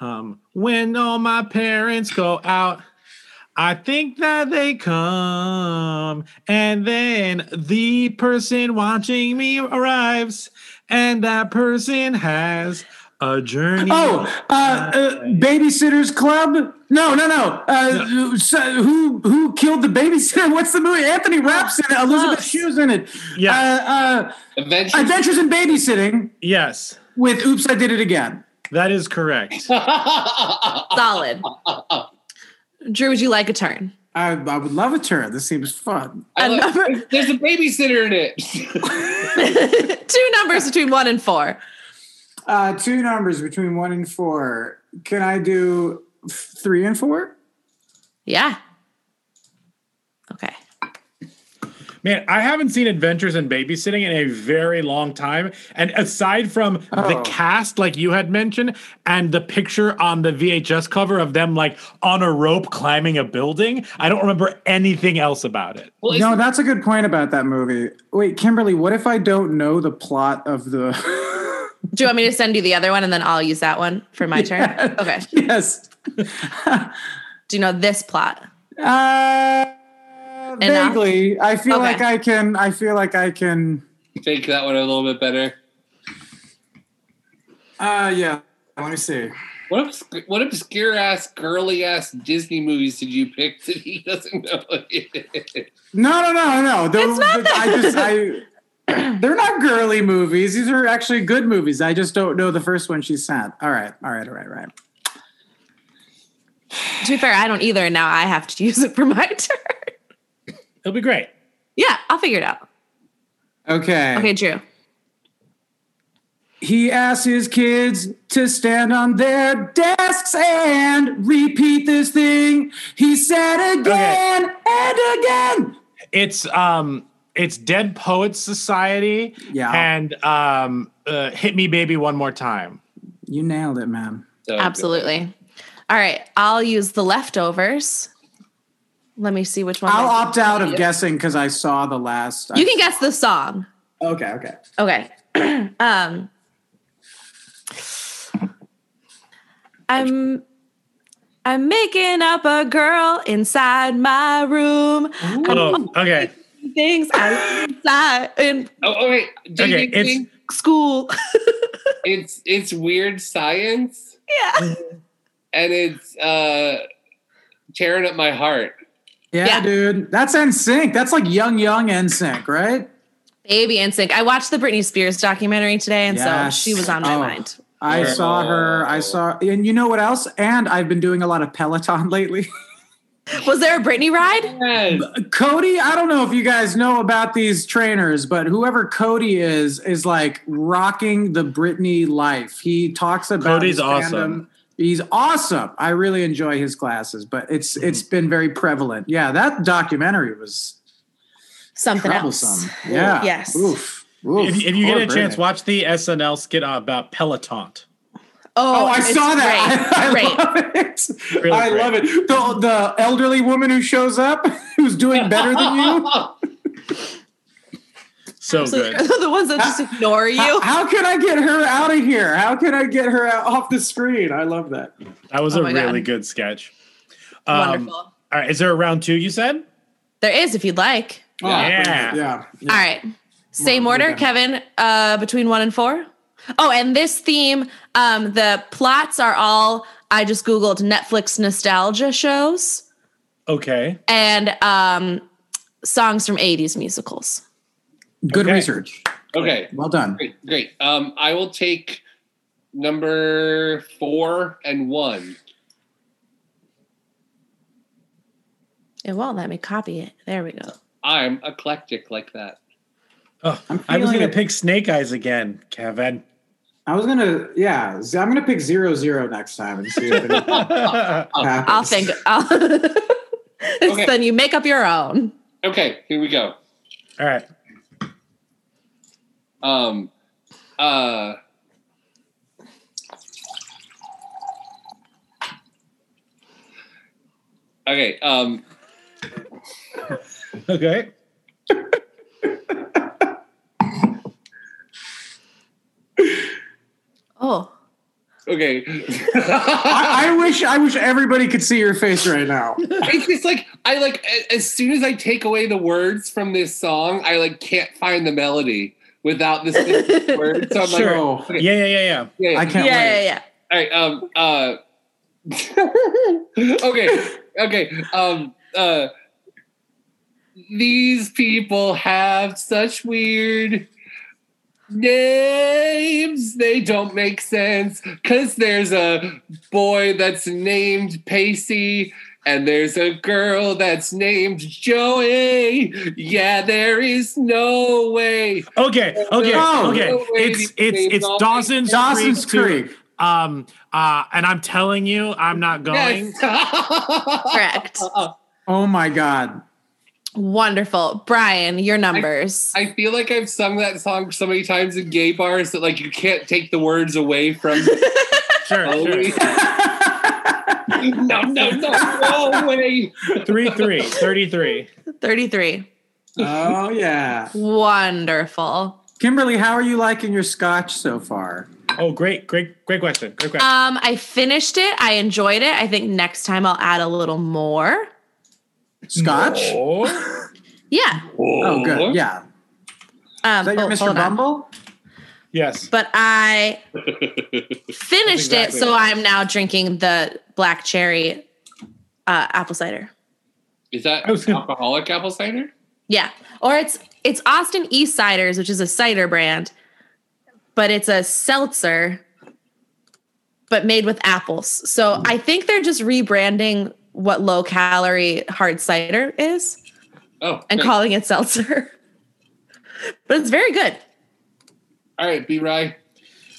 um, when all my parents go out, I think that they come, and then the person watching me arrives, and that person has a journey. Oh, uh, uh, Babysitters Club? No, no, no. Uh, so who who killed the babysitter? [laughs] What's the movie? Anthony Rapp's in it. Elizabeth Shue's in it. Yeah. Uh, uh, Adventures. Adventures in Babysitting. Yes. With Oops, I Did It Again. That is correct. Solid. Drew, would you like a [laughs] turn? I, I would love a turn. This seems fun. [laughs] I love- there's a babysitter in it. Two numbers between one and four. Uh, two numbers between one and four. Can I do f- three and four? Yeah. Man, I haven't seen Adventures in Babysitting in a very long time. And aside from the cast, like you had mentioned, and the picture on the VHS cover of them like on a rope climbing a building, I don't remember anything else about it. no, that's a good point about that movie. Wait, Kimberly, what if I don't know the plot of the? [laughs] Do you want me to send you the other one and then I'll use that one for my turn? Okay. Yes. Do you know this plot? Uh, vaguely, I feel Okay. like I can. I feel like I can. Take that one a little bit better. Uh, yeah. Let me see. What obscure, what obscure ass, girly ass Disney movies did you pick that he doesn't know? What it is? No, no, no, no. The, the- I just, I, [clears throat] they're not girly movies. These are actually good movies. I just don't know the first one she sent. All right, all right, all right, all right. To be fair, I don't either. And now I have to [laughs] use it for my turn. It'll be great. Yeah, I'll figure it out. Okay. Okay, Drew. He asks his kids to stand on their desks and repeat this thing he said again and again. It's um it's Dead Poets Society Yeah. and um uh, Hit Me Baby One More Time. You nailed it, man. Absolutely. All right. I'll use the leftovers. Let me see which one. I'll I- opt out of guessing because I saw the last. You can guess the song. Okay, okay. Okay. [clears throat] um, I'm I'm making up a girl inside my room. Oh, okay. I'm things I learned inside in Oh, oh wait. Do Okay, you it's- think school. it's it's weird science? Yeah. And it's uh tearing at my heart. Yeah, dude. That's NSYNC. That's like young, young NSYNC, right? Baby NSYNC. I watched the Britney Spears documentary today, and Yes. so she was on my Oh. mind. I saw her. I saw, and you know what else? And I've been doing a lot of Peloton [laughs] lately. Was there a Britney ride? Cody, I don't know if you guys know about these trainers, but whoever Cody is is like rocking the Britney life. He talks about Cody's his fandom. awesome. He's awesome. I really enjoy his classes, but it's Mm-hmm. it's been very prevalent. Yeah, that documentary was Something troublesome. else. Yeah. Yes. Oof. Oof. if, if you get Poor a chance, Britney. watch the SNL skit about Peloton. Oh, Oh, I it's saw that. [laughs] I, Great. love it. Really I great. love it. The, the elderly woman who shows up, [laughs] who's doing better than you. So So good. they're [laughs] the ones that just ignore you. How, how can I get her out of here? How can I get her out, off the screen? I love that. That was Oh a my God. really good sketch. Um, Wonderful. All right, is there a round two? You said There is, if you'd like. yeah, yeah. All right. Same Well, order, yeah. Kevin, uh, between one and four. Oh, and this theme, um, the plots are all, I just Googled Netflix nostalgia shows Okay, and um, songs from 80s musicals. Good research. Okay. Well done. Great. Great. Um, I will take number four and one. It won't let me copy it. There we go. I'm eclectic like that. Oh, I was feeling gonna it. pick Snake Eyes again, Kevin. I was gonna, yeah, z- I'm gonna pick zero zero next time and see if it happens. I'll think. [laughs] I'll Then you make up your own. Okay, here we go. All right. Um, uh, okay. Um, [laughs] Okay. Oh. [laughs] Okay. I, I wish I wish everybody could see your face right now. it's just like I like a- as soon as I take away the words from this song, I like can't find the melody without this word. So I'm Sure. oh, like, okay. Yeah, yeah, yeah, yeah. I can't Yeah, wait. yeah, All right. Um. Uh. [laughs] okay. Okay. Um. Uh. These people have such weird names. They don't make sense because there's a boy that's named Pacey. And there's a girl that's named Joey. Yeah, there is no way. Okay, okay, No. okay. No way It's these names it's it's all make Dawson's, Oh. Dawson's Creek. Creek. to- um uh and I'm telling you, I'm not [laughs] going. Correct. Oh my god. Wonderful. Brian, your numbers. [laughs] I feel like I've sung that song so many times in gay bars that like you can't take the words [laughs] away from. sure, no, no, no, no way. 3 3, 33. 33. Oh yeah. Wonderful. Kimberly, how are you liking your scotch so far? Oh, great, great, great question. Great Uh, question. [laughs] Um, I finished it. I enjoyed it. I think next time I'll add a little more. Scotch? Yeah. Oh, good. Yeah. Um, Is that your oh, Mr. hold on. Bumble? [laughs] Yes. But I finished exactly it, so right. I'm now drinking the black cherry uh, apple cider. Is that alcoholic apple cider? Yeah, or it's it's Austin East Ciders, which is a cider brand, but it's a seltzer, but made with apples. So I think they're just rebranding what low calorie hard cider is Oh, and great. calling it seltzer. [laughs] but it's very good. All right, B Rye.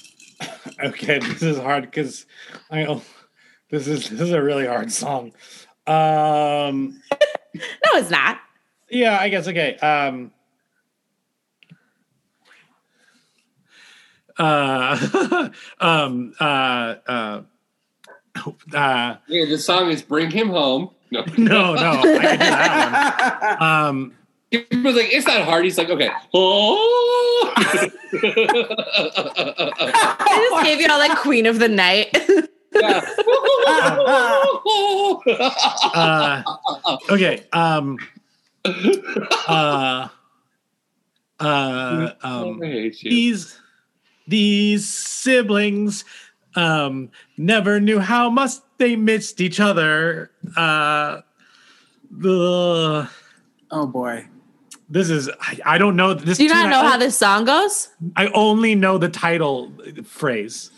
[laughs] Okay, this is hard because I oh, this is this is a really hard song. Um No, it's not. yeah, I guess okay. Um uh [laughs] um uh uh uh Yeah, the song is "Bring Him Home." [laughs] No, No, no, I could do that one. [laughs] Um, was like, "It's not hard." He's like, [laughs] "Okay." [laughs] Oh. I just gave y'all like Queen of the Night. [laughs] uh, okay. Um, uh, uh, um, these these siblings um, never knew how much they missed each other. Uh, ugh. Oh boy, this is I, I don't know this. Do you not tune- know how this song goes? I only know the title phrase.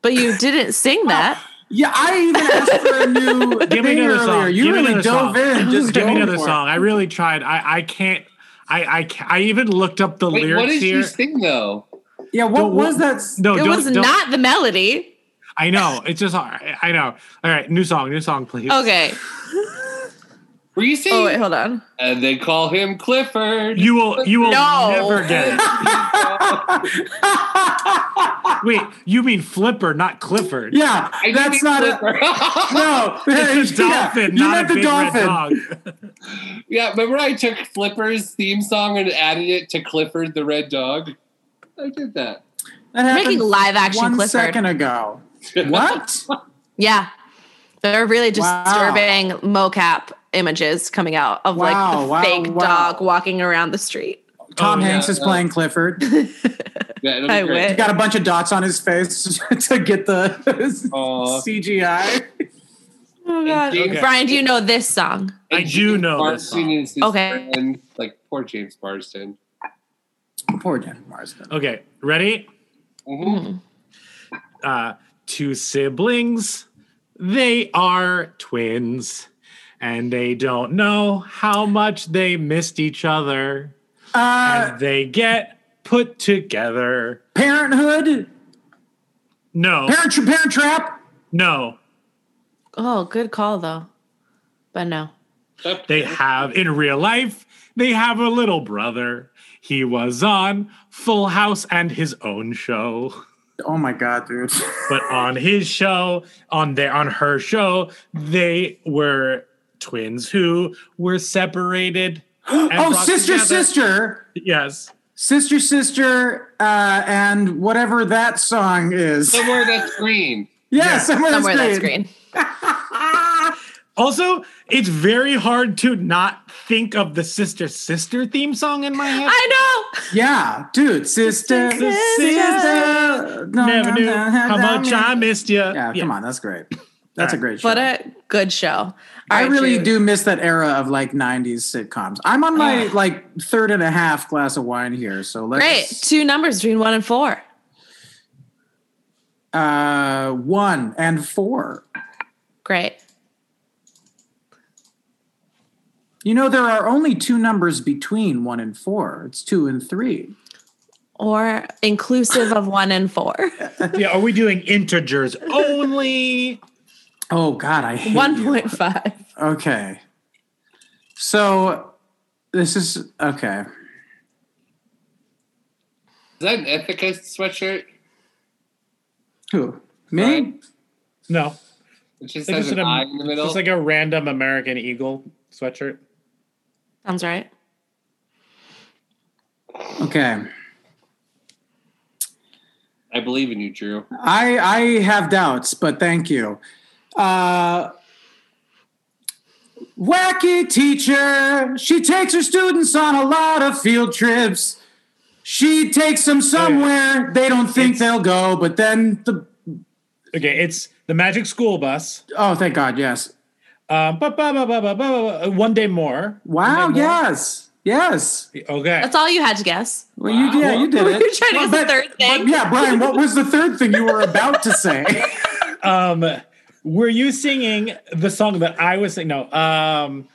But you didn't sing that. Yeah, I even asked for [laughs] a new Give me thing another earlier. song. You Give me really another dove song. in and just give me go another for it. song. I really tried. I I can't. I I ca- I even looked up the Wait, lyrics what did here. you sing though? Yeah, what Don't- was that? No, it Oh, don't- was don't- not the melody. I know. It's just hard. I- I know. All right, new song, new song, please. Okay. Were you singing? Oh wait, hold on. And they call him Clifford. You will. You will No. never get it. [laughs] Wait, you mean Flipper, not Clifford? Yeah, I didn't that's mean not it. Clifford. [laughs] No, It's a yeah, dolphin, you not meant a big red dog. Yeah, remember I took Flipper's theme song and added it to Clifford the Red Dog? I did that. That We're making happened live action one Clifford. second ago. [laughs] What? Oh, Yeah. They're really Wow. disturbing mocap images coming out of like Wow, the wow, fake wow. dog walking around the street. Tom [laughs] Oh, yeah, Hanks is no. playing Clifford. Yeah, that'd be I great. wish. Got a bunch of dots on his face [laughs] to get the [laughs] Aw. CGI. Oh god. James- Brian, do you know this song? I do know this Marston song. is his Okay. friend. Like poor James Marston. Poor Denver Marsden. Okay, ready? Uh, two siblings. They are twins, and they don't know how much they missed each other. Uh, and they get put together. Parenthood? [laughs] No. Parent, parent Trap? No. Oh, good call though. But no. They have in real life. They have a little brother. He was on Full House and his own show. [laughs] Oh my god, dude! [laughs] but on his show, on their on her show, they were twins who were separated. [gasps] and oh, brought sister, together. sister, Yes. sister, sister, uh, and whatever that song is. [laughs] Somewhere that's green. Yeah, somewhere, that's green. green. Also, it's very hard to not think of the sister sister theme song in my head. I know. Yeah, dude, sister, sister, No, Never no, knew no, how no, much no. I missed you. Yeah, come on, that's [clears throat] great. That's a great show. What a good show. I right, really Jude. do miss that era of like '90s sitcoms. I'm on my like third and a half glass of wine here, so let's. Great. Two numbers between one and four. Uh, one and four. Great. You know there are only two numbers between one and four. It's two and three. Or inclusive of one and [laughs] four. Yeah, are we doing integers only? Oh God, I hate One you. point five. Okay. So this is okay. that an Ithaca sweatshirt? Who? Me? No. It just Like has just an an- eye in the middle. Just like a random American Eagle sweatshirt. Sounds right. Okay. I believe in you, Drew. I I have doubts, but thank you. Uh Wacky teacher. She takes her students on a lot of field trips. She takes them somewhere they don't think they'll go, but then the Okay, it's the Magic School Bus. Oh, thank God, yes. Uh, ba- ba- ba- ba- ba- ba- ba- ba- one day more. Wow, yes. Yes. Okay. That's all you had to guess. Well, you yeah, you did Were [laughs] it. you trying to guess the third thing? yeah, Brian, what was the third thing [laughs] you were about to say? [laughs] Um, were you singing the song that I was singing? No. Um,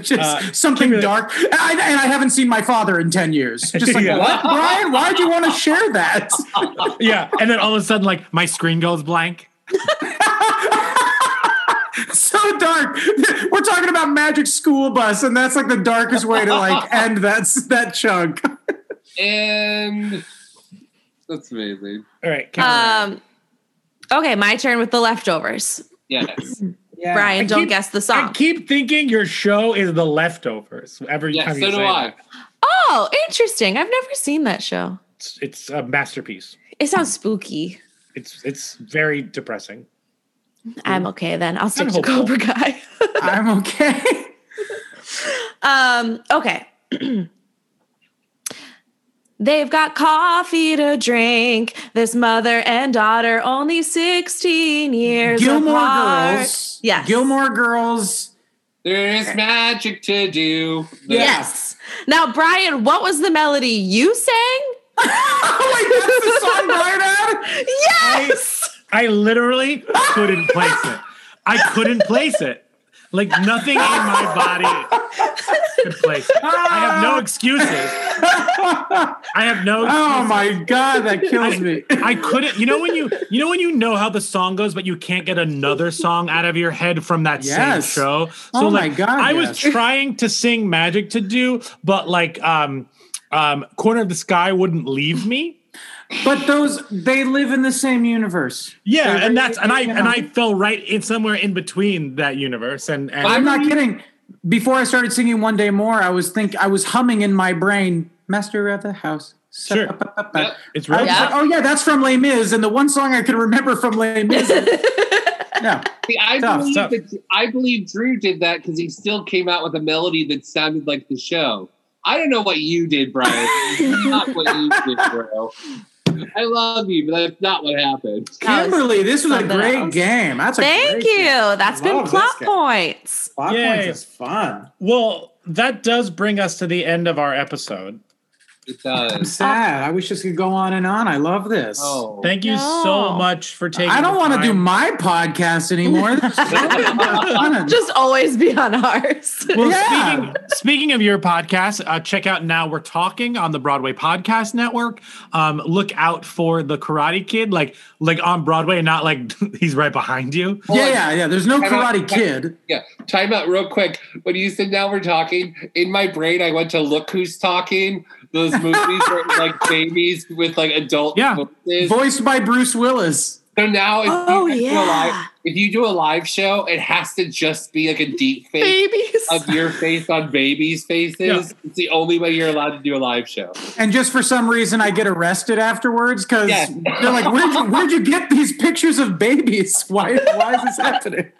Just something dark. And I, and I haven't seen my father in 10 years. Just like, Yeah. what, Brian? Why'd you want to share that? [laughs] yeah, and then all of a sudden, like my screen goes blank. so dark. We're talking about Magic School Bus, and that's like the darkest way to like [laughs] end that, that chunk. And that's amazing. All right. Um okay, my turn with the leftovers. Yes. Brian, I don't keep- guess the song. I keep thinking your show is The Leftovers. Every Yeah, time so you do say I. that. oh, interesting. I've never seen that show. It's, it's a masterpiece. It sounds spooky. It's it's very depressing. I'm okay then. I'll stick I'm to Cobra hopeful. Kai. [laughs] I'm okay. Um, okay. [clears throat] They've got coffee to drink. This mother and daughter, only 16 years Gilmore apart. Girls. Yes. Gilmore Girls. There is magic to do. Yes. Now, Brian, what was the melody [laughs] you sang? oh my god, the song [laughs] Brian Yes. I literally couldn't place it. I couldn't place it. Like nothing in my body could place it. I have no excuses. I have no. Oh my god, that kills I- me. I couldn't. You know when you you know when you know how the song goes, but you can't get another song out of your head from that Yes. same show. So Oh my like, God, I was yes. trying to sing "Magic to Do," but like, um, um, "Corner of the Sky" wouldn't leave me. But those they live in the same universe. Yeah, They- and that's and I you and know. I fell right in somewhere in between that universe and and I'm not kidding. Before I started singing one day more, I was think I was humming in my brain, Master of the House. Sure. It's I real. was like, oh yeah, that's from Les Mis, and the one song I could remember from Les [laughs] Mis. yeah, See, I Tough, believe tough. that I believe Drew did that because he still came out with a melody that sounded like the show. I don't know what you [laughs] did, Brian. It's not what you did, bro. I love you, but that's not what happened. Kimberly, this was a Something great else. game. That's a Thank great you. Game. That's been Love plot this guy. points. Plot Yay. points is fun. Well, that does bring us to the end of our episode. It does. Sad. I wish this could go on and on. I love this. Oh. Thank you so much for taking. I don't the want to do time. my podcast anymore. Just always be on ours. Well, [laughs] speaking, speaking of your podcast, uh, check out Now We're Talking on the Broadway Podcast Network. Um, look out for the Karate Kid, like like on Broadway, and not like [laughs] he's right behind you. Yeah, yeah, yeah. There's no Time out- Karate Kid. Yeah, time out real quick. When you said now we're talking, in my brain I went to Look Who's Talking. Those movies were like babies with like adult yeah. voices, voiced by Bruce Willis. So now, if, Oh, you guys do a yeah. live, if you do a live show, it has to just be like a [laughs] deep face Babies. of your face on babies' faces. It's the only way you're allowed to do a live show. And just for some reason, I get arrested afterwards because Yeah. they're like, "Where'd you where'd you get these pictures of babies? [laughs] Why why is this happening?"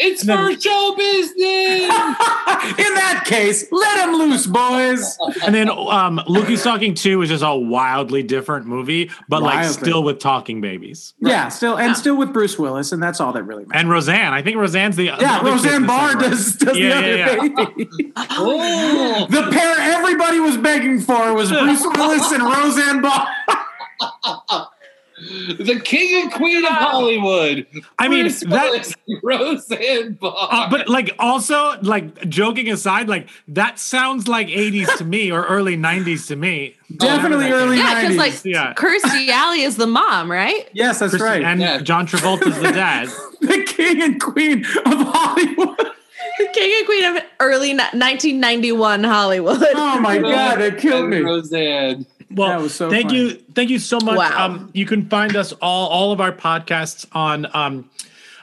It's for show business. In that case, let him loose, boys. [laughs] And then um, Lookie's Talking 2 is just a wildly different movie, but like Wildly. still with talking babies. Yeah, still and still with Bruce Willis, and that's all that really matters. And Roseanne. I think Roseanne's the. the Yeah, other kid Roseanne in the Barr summer. does, does Yeah, the yeah, other yeah. baby. Oh, the pair everybody was begging for was Bruce Willis and Roseanne Barr. the king and queen of Hollywood. I mean, Bruce that- Willis, [laughs] Roseanne Barr. Uh, but like also like joking aside like that sounds like 80s to me or early 90s to me [laughs] Definitely early yeah, because like yeah Kirstie Alley is the mom, right? Yes, that's right. Christi- and John Travolta's [laughs] the dad the king and queen of Hollywood. The king and queen of early ni- 1991 Hollywood. Oh my god, that killed me. Roseanne. well thank funny. you thank you so much Wow. um you can find us all all of our podcasts on um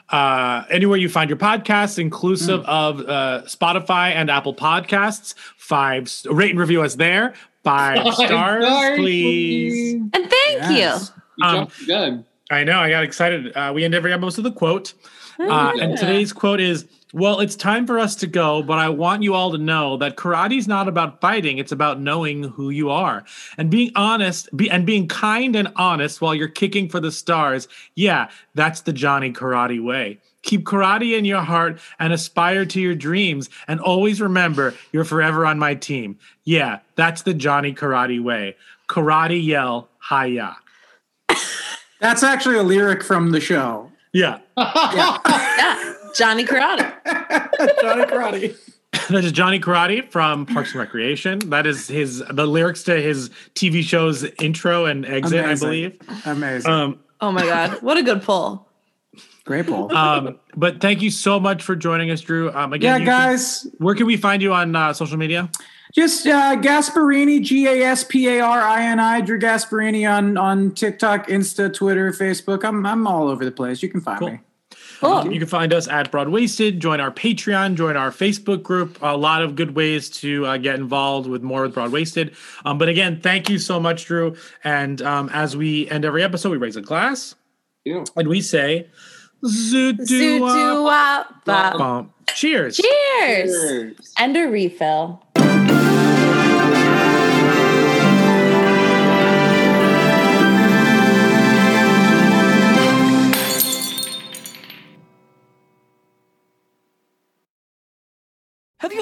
uh, anywhere you find your podcasts, inclusive Hmm. of uh, Spotify and Apple Podcasts, five s- rate and review us there. Five Five stars, stars, please. And thank you. You Um, jumped the gun. I know. I got excited. Uh, we end every episode with a quote. Uh, yeah. And today's quote is Well, it's time for us to go, but I want you all to know that karate's not about fighting. It's about knowing who you are and being honest be, and being kind and honest while you're kicking for the stars. Yeah, that's the Johnny Karate way. Keep karate in your heart and aspire to your dreams. And always remember, you're forever on my team. Yeah, that's the Johnny Karate way. Karate yell, hiya. That's actually a lyric from the show. Yeah. Yeah, Johnny Carrada. [laughs] Johnny [laughs] Karate. That is Johnny Karate from Parks and Recreation. That is his the lyrics to his TV show's intro and exit, Amazing. I believe. Amazing. Um, Oh my god, what a good pull. Great ball. um, but thank you so much for joining us, Drew. Um, again, Yeah, you can- guys. where can we find you on uh, social media? Just uh, Gasparini, G A S P A R I N I, Drew Gasparini on on TikTok, Insta, Twitter, Facebook. I'm I'm all over the place. You can find me. Um, You can find us at Broadwasted. Join our Patreon. Join our Facebook group. A lot of good ways to uh, get involved with more with Broadwasted. Um, but again, thank you so much, Drew. And um, as we end every episode, we raise a glass Yeah. and we say, Zoot doo wop." Zoo-doo-wop-bop. Bum. Cheers. Cheers. And a refill. Have you